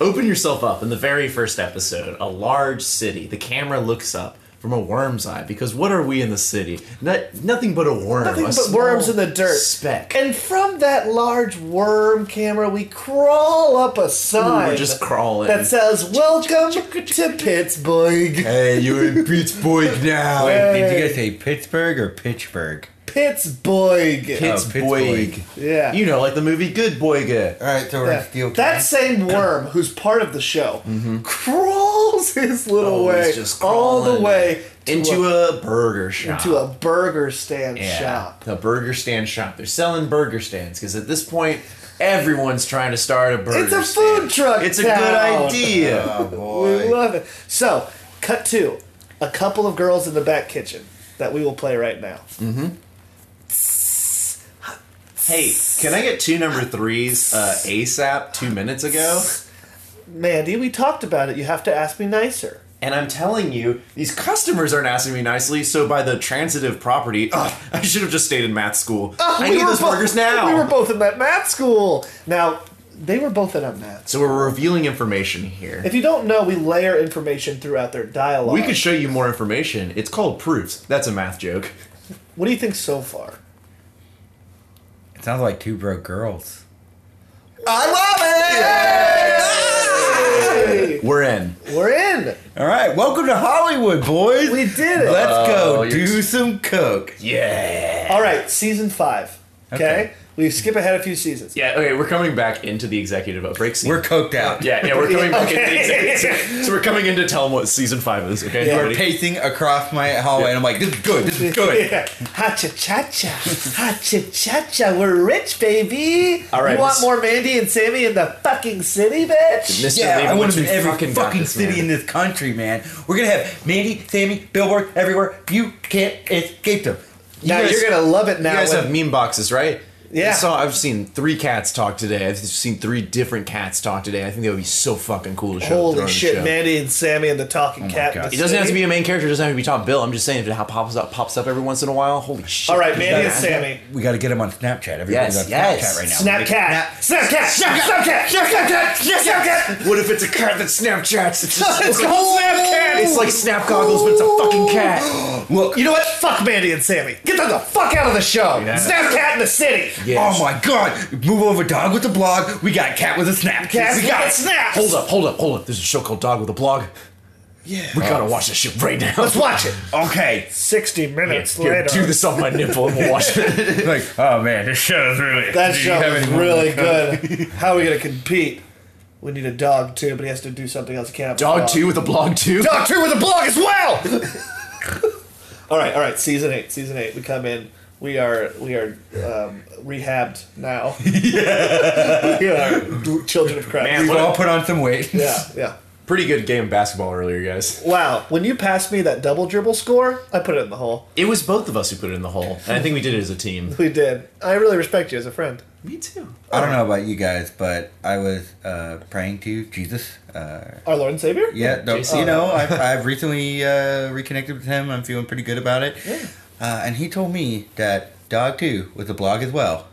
Speaker 3: Open yourself up in the very first episode, a large city. The camera looks up. from a worm's eye because what are we in the city? Not, nothing but a worm.
Speaker 2: Nothing
Speaker 3: a
Speaker 2: but
Speaker 3: small
Speaker 2: worms in the dirt.
Speaker 3: Speck.
Speaker 2: And from that large worm camera, we crawl up a sign
Speaker 3: we're just crawling.
Speaker 2: that says "Welcome to Pittsburgh,
Speaker 3: hey, you're in Pittsburgh now.
Speaker 4: Wait, did you guys say Pittsburgh or Pittsburgh?
Speaker 2: Oh, Pittsburgh."
Speaker 3: Pittsburgh.
Speaker 2: Yeah.
Speaker 3: You know, like the movie Good Boyga.
Speaker 4: All right, so we're
Speaker 2: Yeah.
Speaker 4: in Steel
Speaker 2: That same worm, who's part of the show, crawls his little
Speaker 3: Oh, he's
Speaker 2: way
Speaker 3: just
Speaker 2: all the
Speaker 3: crawling
Speaker 2: way to
Speaker 3: Into a burger shop.
Speaker 2: into a burger stand
Speaker 10: Yeah,
Speaker 2: shop.
Speaker 10: The burger stand shop. They're selling burger stands because at this point, everyone's trying to start a burger.
Speaker 2: It's a
Speaker 10: stand.
Speaker 2: food truck.
Speaker 3: It's a good
Speaker 2: town.
Speaker 4: Oh,
Speaker 3: idea.
Speaker 2: We love it. So, cut two. A couple of girls in the back kitchen that we will play right now.
Speaker 3: hey, can I get two number threes uh, ASAP two minutes ago?
Speaker 2: Mandy, we talked about it. You have to ask me nicer.
Speaker 3: And I'm telling you, these customers aren't asking me nicely, so by the transitive property, ugh, I should have just stayed in math school. I
Speaker 2: Ah, We
Speaker 3: need
Speaker 2: were
Speaker 3: those
Speaker 2: both-
Speaker 3: burgers now.
Speaker 2: We were both in that math school. Now, they were both in a math.
Speaker 3: so we're revealing information here.
Speaker 2: If you don't know, we layer information throughout their dialogue.
Speaker 3: we could show you more information. It's called proofs. That's a math joke.
Speaker 2: what do you think so far?
Speaker 4: It sounds like two broke girls.
Speaker 3: We're in.
Speaker 2: We're in.
Speaker 4: All right, welcome to Hollywood, boys.
Speaker 2: We did it.
Speaker 4: Let's
Speaker 3: Oh,
Speaker 4: go
Speaker 3: you're-
Speaker 4: do some coke.
Speaker 2: All right, season five. Okay?
Speaker 4: Okay.
Speaker 2: We skip ahead a few seasons.
Speaker 11: Yeah, okay, we're coming back into the executive outbreak scene.
Speaker 4: We're coked out.
Speaker 11: yeah, yeah, we're coming back into the
Speaker 2: Okay.
Speaker 11: executive. So we're coming in to tell them what season five is, okay?
Speaker 4: We're
Speaker 11: Ready?
Speaker 4: pacing across my hallway, and I'm like, this is good. This is good.
Speaker 2: Yeah. Ha cha cha cha. Ha cha cha cha. We're rich, baby.
Speaker 11: All right,
Speaker 2: You want
Speaker 11: let's-
Speaker 2: more Mandy and Sammy in the fucking city, bitch?
Speaker 11: Mr.
Speaker 4: Yeah, I
Speaker 11: Leibowitz,
Speaker 4: want to
Speaker 11: we
Speaker 4: be in every
Speaker 11: fucking
Speaker 4: fucking,
Speaker 11: got this,
Speaker 4: city
Speaker 11: man.
Speaker 4: in this country, man. We're gonna have Mandy, Sammy, Billboard everywhere. You can't escape them. You
Speaker 2: now
Speaker 4: guys-
Speaker 2: you're gonna love it. Now
Speaker 3: You guys
Speaker 2: when-
Speaker 3: have meme boxes, right?
Speaker 2: Yeah.
Speaker 3: I saw, I've seen three cats talk today. I've seen three different cats talk today. I think that would be so fucking cool to show. throw
Speaker 2: holy
Speaker 3: on the
Speaker 2: shit,
Speaker 3: show.
Speaker 2: Mandy and Sammy and the talking cat. in the
Speaker 4: God.
Speaker 10: It doesn't have to
Speaker 2: city.
Speaker 10: be a main character. It doesn't have to be top bill. I'm just saying if it ha- pops up, pops up every once in a while. Holy shit!
Speaker 2: All right, Mandy and Sammy.
Speaker 4: We got to get them on Snapchat. Everybody's
Speaker 10: Yes,
Speaker 4: on
Speaker 10: yes.
Speaker 4: Snapchat right now.
Speaker 2: Snapcat. Snapcat. Snapcat. Snapcat. Snapcat.
Speaker 3: What if it's a cat that Snapchats? It's, just,
Speaker 2: It's called Snapcat.
Speaker 3: it's like snap goggles, but it's a fucking cat.
Speaker 4: Look,
Speaker 2: You know what? Fuck Mandy and Sammy. Get them the fuck out of the show. Snapcat in the city.
Speaker 4: Oh my god! Move over, dog with the blog. We got cat with a snap.
Speaker 2: Cats
Speaker 4: we
Speaker 2: with
Speaker 4: got
Speaker 2: a snap.
Speaker 3: Hold up, hold up, hold up. There's a show called Dog with a Blog. Yeah. We gotta watch this shit right now.
Speaker 2: Let's watch it.
Speaker 4: Okay.
Speaker 2: 60 minutes
Speaker 3: Here,
Speaker 2: later.
Speaker 3: do this off my nipple and we'll watch it.
Speaker 4: like, oh man, this show is really.
Speaker 2: That
Speaker 4: Do you
Speaker 2: show
Speaker 4: have
Speaker 2: is
Speaker 4: any more?
Speaker 2: really good. How are we going to compete? We need a dog too, but he has to do something else. He can't have a
Speaker 3: Dog 2 with a Blog 2?
Speaker 2: Dog two with a blog as well. all right, all right. Season eight. Season eight. We come in. We are we are um, rehabbed now. we are children of Christ.
Speaker 4: We've all put on some weight.
Speaker 2: yeah, yeah.
Speaker 3: Pretty good game of basketball earlier, guys.
Speaker 2: Wow. When you passed me that double dribble score, I put it in the hole.
Speaker 3: It was both of us who put it in the hole, and I think we did it as a team.
Speaker 2: We did. I really respect you as a friend.
Speaker 3: Me too.
Speaker 4: I don't know about you guys, but I was uh, praying to Jesus. Uh,
Speaker 2: Our Lord and Savior.
Speaker 4: yeah, no,
Speaker 3: Jesus.
Speaker 4: you know,
Speaker 2: Oh.
Speaker 4: I've, I've recently uh, reconnected with him. I'm feeling pretty good about it. Uh, and he told me that dog too was a blog as well.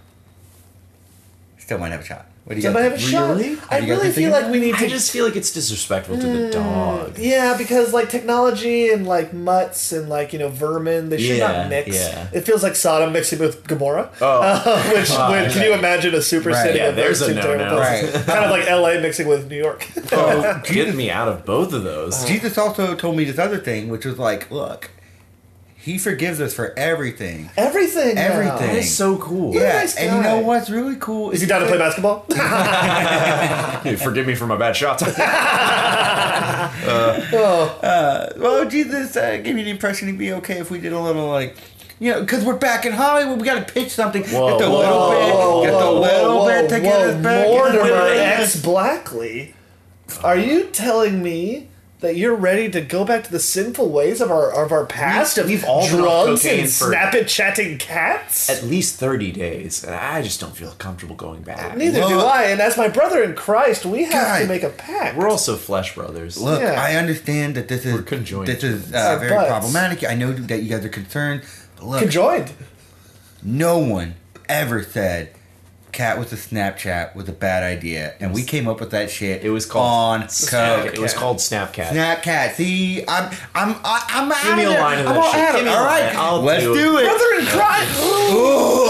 Speaker 4: Still might have a shot. What do you
Speaker 2: Did
Speaker 4: guys
Speaker 2: I have a
Speaker 4: think?
Speaker 2: shot?
Speaker 3: Really?
Speaker 2: I
Speaker 4: Have you guys
Speaker 2: really
Speaker 4: been
Speaker 2: feel
Speaker 4: thinking
Speaker 2: like we need to
Speaker 3: I just feel like it's disrespectful to the dog.
Speaker 2: Yeah, because like technology and like mutts and like you know vermin, they should
Speaker 3: Yeah,
Speaker 2: not mix.
Speaker 3: yeah.
Speaker 2: It feels like Sodom mixing with Gomorrah. Oh, which when, can you imagine a super
Speaker 4: Right.
Speaker 2: city?
Speaker 4: Yeah,
Speaker 2: of those
Speaker 3: there's a
Speaker 2: two
Speaker 3: no-no.
Speaker 2: terrible places?
Speaker 4: Right.
Speaker 2: kind of like L.A. mixing with New York.
Speaker 3: Oh, get me out of both of those.
Speaker 4: Jesus also told me this other thing, which was like, look, he forgives us for everything.
Speaker 2: Everything. now.
Speaker 4: Everything.
Speaker 3: That is so cool.
Speaker 2: a
Speaker 4: Yeah,
Speaker 2: nice
Speaker 4: and you know
Speaker 2: guy.
Speaker 4: what's really cool
Speaker 2: Is he down to play basketball?
Speaker 3: Dude, forgive me for my bad shots.
Speaker 4: Well, Jesus uh, gave me the impression he'd be okay if we did a little like. You know, because we're back in Hollywood, we gotta pitch something.
Speaker 3: Whoa,
Speaker 4: get the
Speaker 3: whoa,
Speaker 4: little bit, get the little bit to get us back. in the
Speaker 2: Mortimer
Speaker 4: window.
Speaker 2: X Blackley, are you telling me that you're ready to go back to the sinful ways of our of our past of
Speaker 3: we've all been on
Speaker 2: drugs
Speaker 3: cocaine
Speaker 2: and
Speaker 3: for-
Speaker 2: snap it chatting cats?
Speaker 3: At least 30 days, and I just don't feel comfortable going back.
Speaker 2: Neither do
Speaker 4: Look.
Speaker 2: I. And as my brother in Christ, we have to
Speaker 4: God.
Speaker 2: make a pact.
Speaker 3: We're also flesh brothers.
Speaker 4: Look,
Speaker 2: Yeah.
Speaker 4: I understand that this is
Speaker 3: conjoined.
Speaker 4: this is uh,
Speaker 2: Our
Speaker 4: very
Speaker 2: butts.
Speaker 4: problematic. I know that you guys are concerned. But look,
Speaker 2: conjoined.
Speaker 4: no one ever said, Cat with a Snapchat was a bad idea, and we came up with that shit.
Speaker 3: It was called
Speaker 4: on coke.
Speaker 3: It was called Snapcat.
Speaker 4: Snapcat. See, I'm, I'm, I- I'm out
Speaker 3: me
Speaker 4: of
Speaker 3: a
Speaker 4: there.
Speaker 3: line of
Speaker 4: I'm
Speaker 3: that
Speaker 4: all
Speaker 3: shit.
Speaker 4: out of
Speaker 3: Give me
Speaker 4: it.
Speaker 3: a
Speaker 4: All
Speaker 3: line.
Speaker 4: right,
Speaker 3: I'll
Speaker 4: let's
Speaker 3: do
Speaker 4: do
Speaker 3: it.
Speaker 4: it.
Speaker 6: Brother in crime.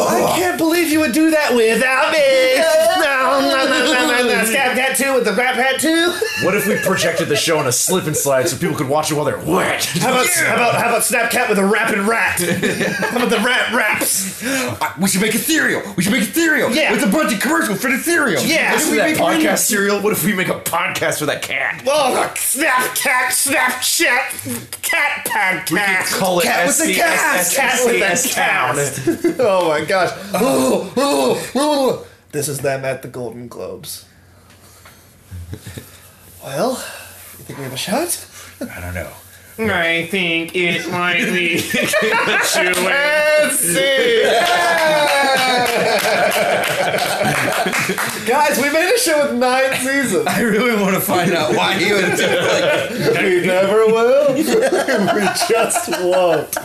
Speaker 6: I can't believe you would do that without me. no, no, no, no, no, no. Scat hat too with the rap hat too.
Speaker 2: What if we projected the show on a slip and slide so people could watch it while they're wet?
Speaker 6: How about how about how about Snapcat with a rapid rat? how about the rat raps?
Speaker 4: Uh, We should make a cereal. We should make a cereal.
Speaker 6: Yeah.
Speaker 4: With a bunch of commercials for the cereal.
Speaker 6: Yeah.
Speaker 4: What if we
Speaker 2: that
Speaker 4: make one-
Speaker 2: podcast serial? What if we make a podcast for that cat?
Speaker 6: Oh, the Snapcat, Snapchat, Cat Podcast.
Speaker 2: Call it
Speaker 4: Cat with the cat.
Speaker 6: Cat with a cat. Oh my gosh. Oh, oh, oh. This is them at the Golden Globes. Well, you think we have a shot?
Speaker 4: I don't know.
Speaker 12: I think it might be
Speaker 6: Let's see. Guys, we made a show with nine seasons.
Speaker 4: I really want to find out why he was like,
Speaker 6: We never will. we just won't.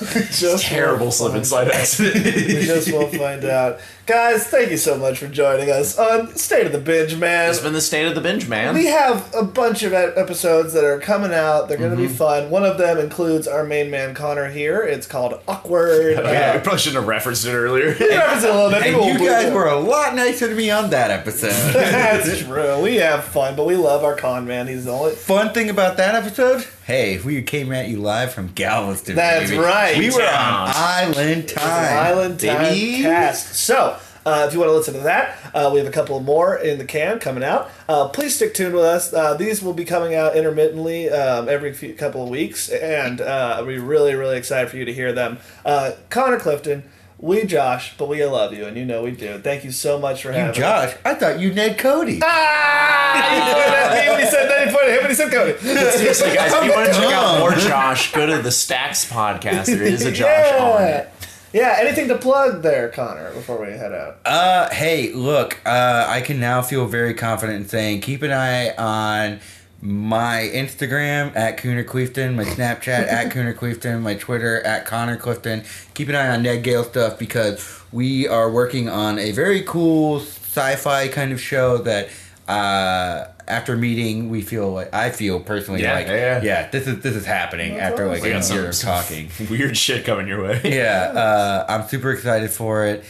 Speaker 6: We just
Speaker 2: Terrible slip and slide accident.
Speaker 6: We just won't find out. Guys, thank you so much for joining us on State of the Binge, man.
Speaker 3: It's been the state of the binge, man.
Speaker 6: We have a bunch of ep- episodes that are coming out. They're going to be fun. One of them includes our main man Connor here. It's called Awkward.
Speaker 2: yeah, we
Speaker 6: Uh,
Speaker 2: probably shouldn't have referenced it earlier.
Speaker 6: we reference it a little bit. People
Speaker 4: and you
Speaker 6: will-
Speaker 4: guys were a lot nicer to me on that episode.
Speaker 6: That's true. We have fun, but we love our con man. He's the only.
Speaker 4: Fun thing about that episode, hey, we came at you live from Galveston.
Speaker 6: That's
Speaker 4: baby.
Speaker 6: right.
Speaker 4: We were
Speaker 3: Town.
Speaker 4: on Island Time.
Speaker 6: Island Time
Speaker 4: baby.
Speaker 6: Cast. So, uh, if you want to listen to that, uh, we have a couple more in the can coming out. Uh, please stick tuned with us. Uh, these will be coming out intermittently um, every few, couple of weeks, and uh, we're really, really excited for you to hear them. Uh, Connor Clifton, we Josh, but we love you, and you know we do. Thank you so much for having us.
Speaker 4: Josh, I thought you Ned Cody.
Speaker 6: Ah, you pointed at me when he said that. He pointed at him when he said Cody.
Speaker 3: Seriously, guys, if you want to check out
Speaker 4: Dumb.
Speaker 3: more Josh, go to the Stacks podcast. There is a Josh on
Speaker 6: yeah.
Speaker 3: it.
Speaker 6: yeah, anything to plug there, Connor, before we head out?
Speaker 4: Uh, hey, look, uh, I can now feel very confident in saying keep an eye on my Instagram at Cooner Clifton, my Snapchat at Cooner Clifton, my Twitter at Connor Clifton. Keep an eye on Ned Gale stuff because we are working on a very cool sci-fi kind of show that uh, after meeting we feel like I feel personally
Speaker 2: Yeah,
Speaker 4: like
Speaker 2: yeah, yeah.
Speaker 4: this is this is happening after like
Speaker 2: We
Speaker 4: a
Speaker 2: got some-
Speaker 4: year of talking
Speaker 2: Weird shit coming your way.
Speaker 4: yeah, uh, I'm super excited for it.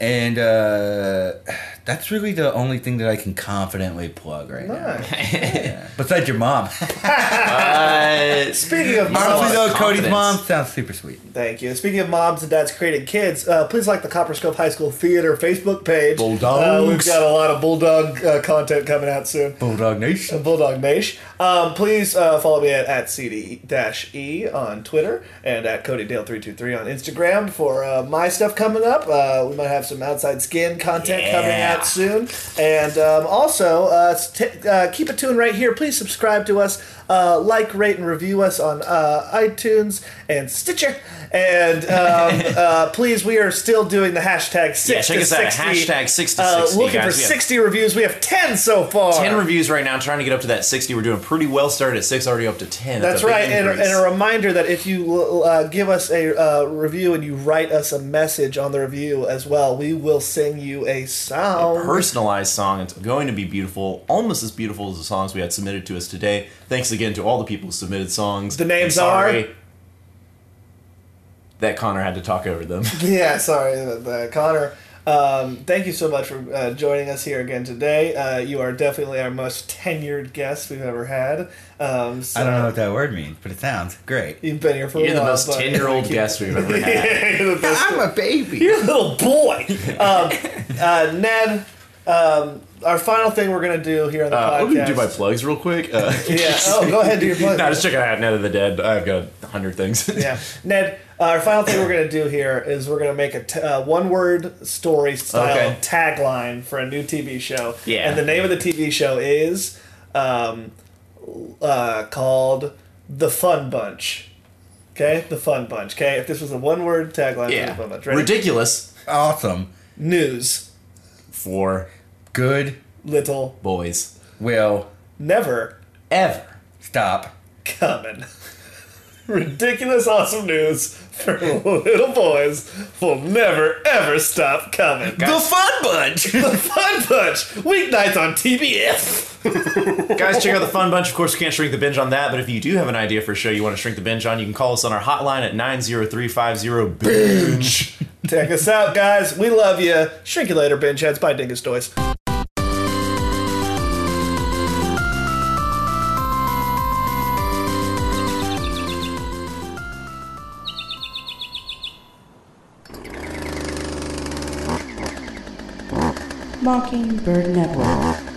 Speaker 4: And uh, that's really the only thing that I can confidently plug right
Speaker 6: Nice.
Speaker 4: now. Besides your mom.
Speaker 3: But
Speaker 6: Speaking of
Speaker 4: Honestly,
Speaker 6: mobs,
Speaker 4: though,
Speaker 3: confidence.
Speaker 4: Cody's mom sounds super sweet.
Speaker 6: thank you. Speaking of moms and dads creating kids, uh, please like the Copperscope High School Theater Facebook page.
Speaker 4: Bulldogs.
Speaker 6: Uh, we've got a lot of bulldog uh, content coming out soon.
Speaker 4: Bulldog Nation.
Speaker 6: Bulldog Nash. Um, please uh, follow me at, at CD-E E on Twitter and at CodyDale323 on Instagram for uh, my stuff coming up. Uh, we might have some outside skin content coming out soon. And um, also, uh, t- uh, keep it tuned right here. Please subscribe to us. Uh, like, rate, and review us on uh, iTunes and Stitcher. And um, uh, please, we are still doing the hashtag 6
Speaker 3: yeah, check
Speaker 6: to
Speaker 3: us out at
Speaker 6: 60.
Speaker 3: hashtag 6 to
Speaker 6: Uh,
Speaker 3: 60,
Speaker 6: looking for
Speaker 3: guys. We have
Speaker 6: 60 reviews. We have 10 so far.
Speaker 3: 10 reviews right now, trying to get up to that 60. We're doing pretty well. Started at 6, already up to 10.
Speaker 6: That's
Speaker 3: a big
Speaker 6: right, and,
Speaker 3: increase.
Speaker 6: and a reminder that if you uh, give us a uh, review and you write us a message on the review as well, we will sing you a song.
Speaker 3: personalized song. It's going to be beautiful, almost as beautiful as the songs we had submitted to us today. Thanks again to all the people who submitted songs.
Speaker 6: The names
Speaker 3: I'm
Speaker 6: are-
Speaker 3: that Connor had to talk over them.
Speaker 6: yeah, sorry, uh, uh, Connor. Um, thank you so much for uh, joining us here again today. Uh, you are definitely our most tenured guest we've ever had. Um, so
Speaker 4: I don't know what that word means, but it sounds great.
Speaker 6: You've been here for
Speaker 3: You're
Speaker 6: a
Speaker 3: the
Speaker 6: while,
Speaker 3: most
Speaker 6: but-
Speaker 3: 10 year old guest we've ever had.
Speaker 6: You're the best
Speaker 4: I'm a baby.
Speaker 6: You're a little boy. Um, uh, Ned, um, our final thing we're going to do here on the
Speaker 2: Uh,
Speaker 6: podcast.
Speaker 2: I'm gonna do my plugs real quick. Uh,
Speaker 6: yeah. Oh, go ahead, do your plug.
Speaker 2: no, just checking out Net of the Dead. I've got a hundred things.
Speaker 6: Yeah, Ned. uh, Our final thing we're gonna do here is we're gonna make a t- uh, one-word story style
Speaker 3: Okay.
Speaker 6: tagline for a new TV show.
Speaker 3: Yeah.
Speaker 6: And the name of the TV show is um, uh, called The Fun Bunch. Okay, The Fun Bunch. Okay, if this was a one-word tagline for The Fun
Speaker 3: yeah.
Speaker 6: Bunch, ready?
Speaker 3: Ridiculous
Speaker 4: Awesome.
Speaker 6: News.
Speaker 3: for
Speaker 4: Good.
Speaker 6: Little
Speaker 3: boys.
Speaker 4: Will.
Speaker 6: never
Speaker 3: Ever.
Speaker 4: Stop.
Speaker 6: coming. Ridiculous awesome news for little boys will never ever stop coming.
Speaker 4: The Fun Bunch.
Speaker 6: The Fun Punch weeknights on TBS.
Speaker 3: Guys, check out the Fun Bunch. Of course, we can't shrink the binge on that, but if you do have an idea for a show you want to shrink the binge on, you can call us on our hotline at 90350 binge.
Speaker 6: Check us out, guys. We love you. Shrink you later, binge heads. Bye, dingus toys.
Speaker 13: Mockingbird Network.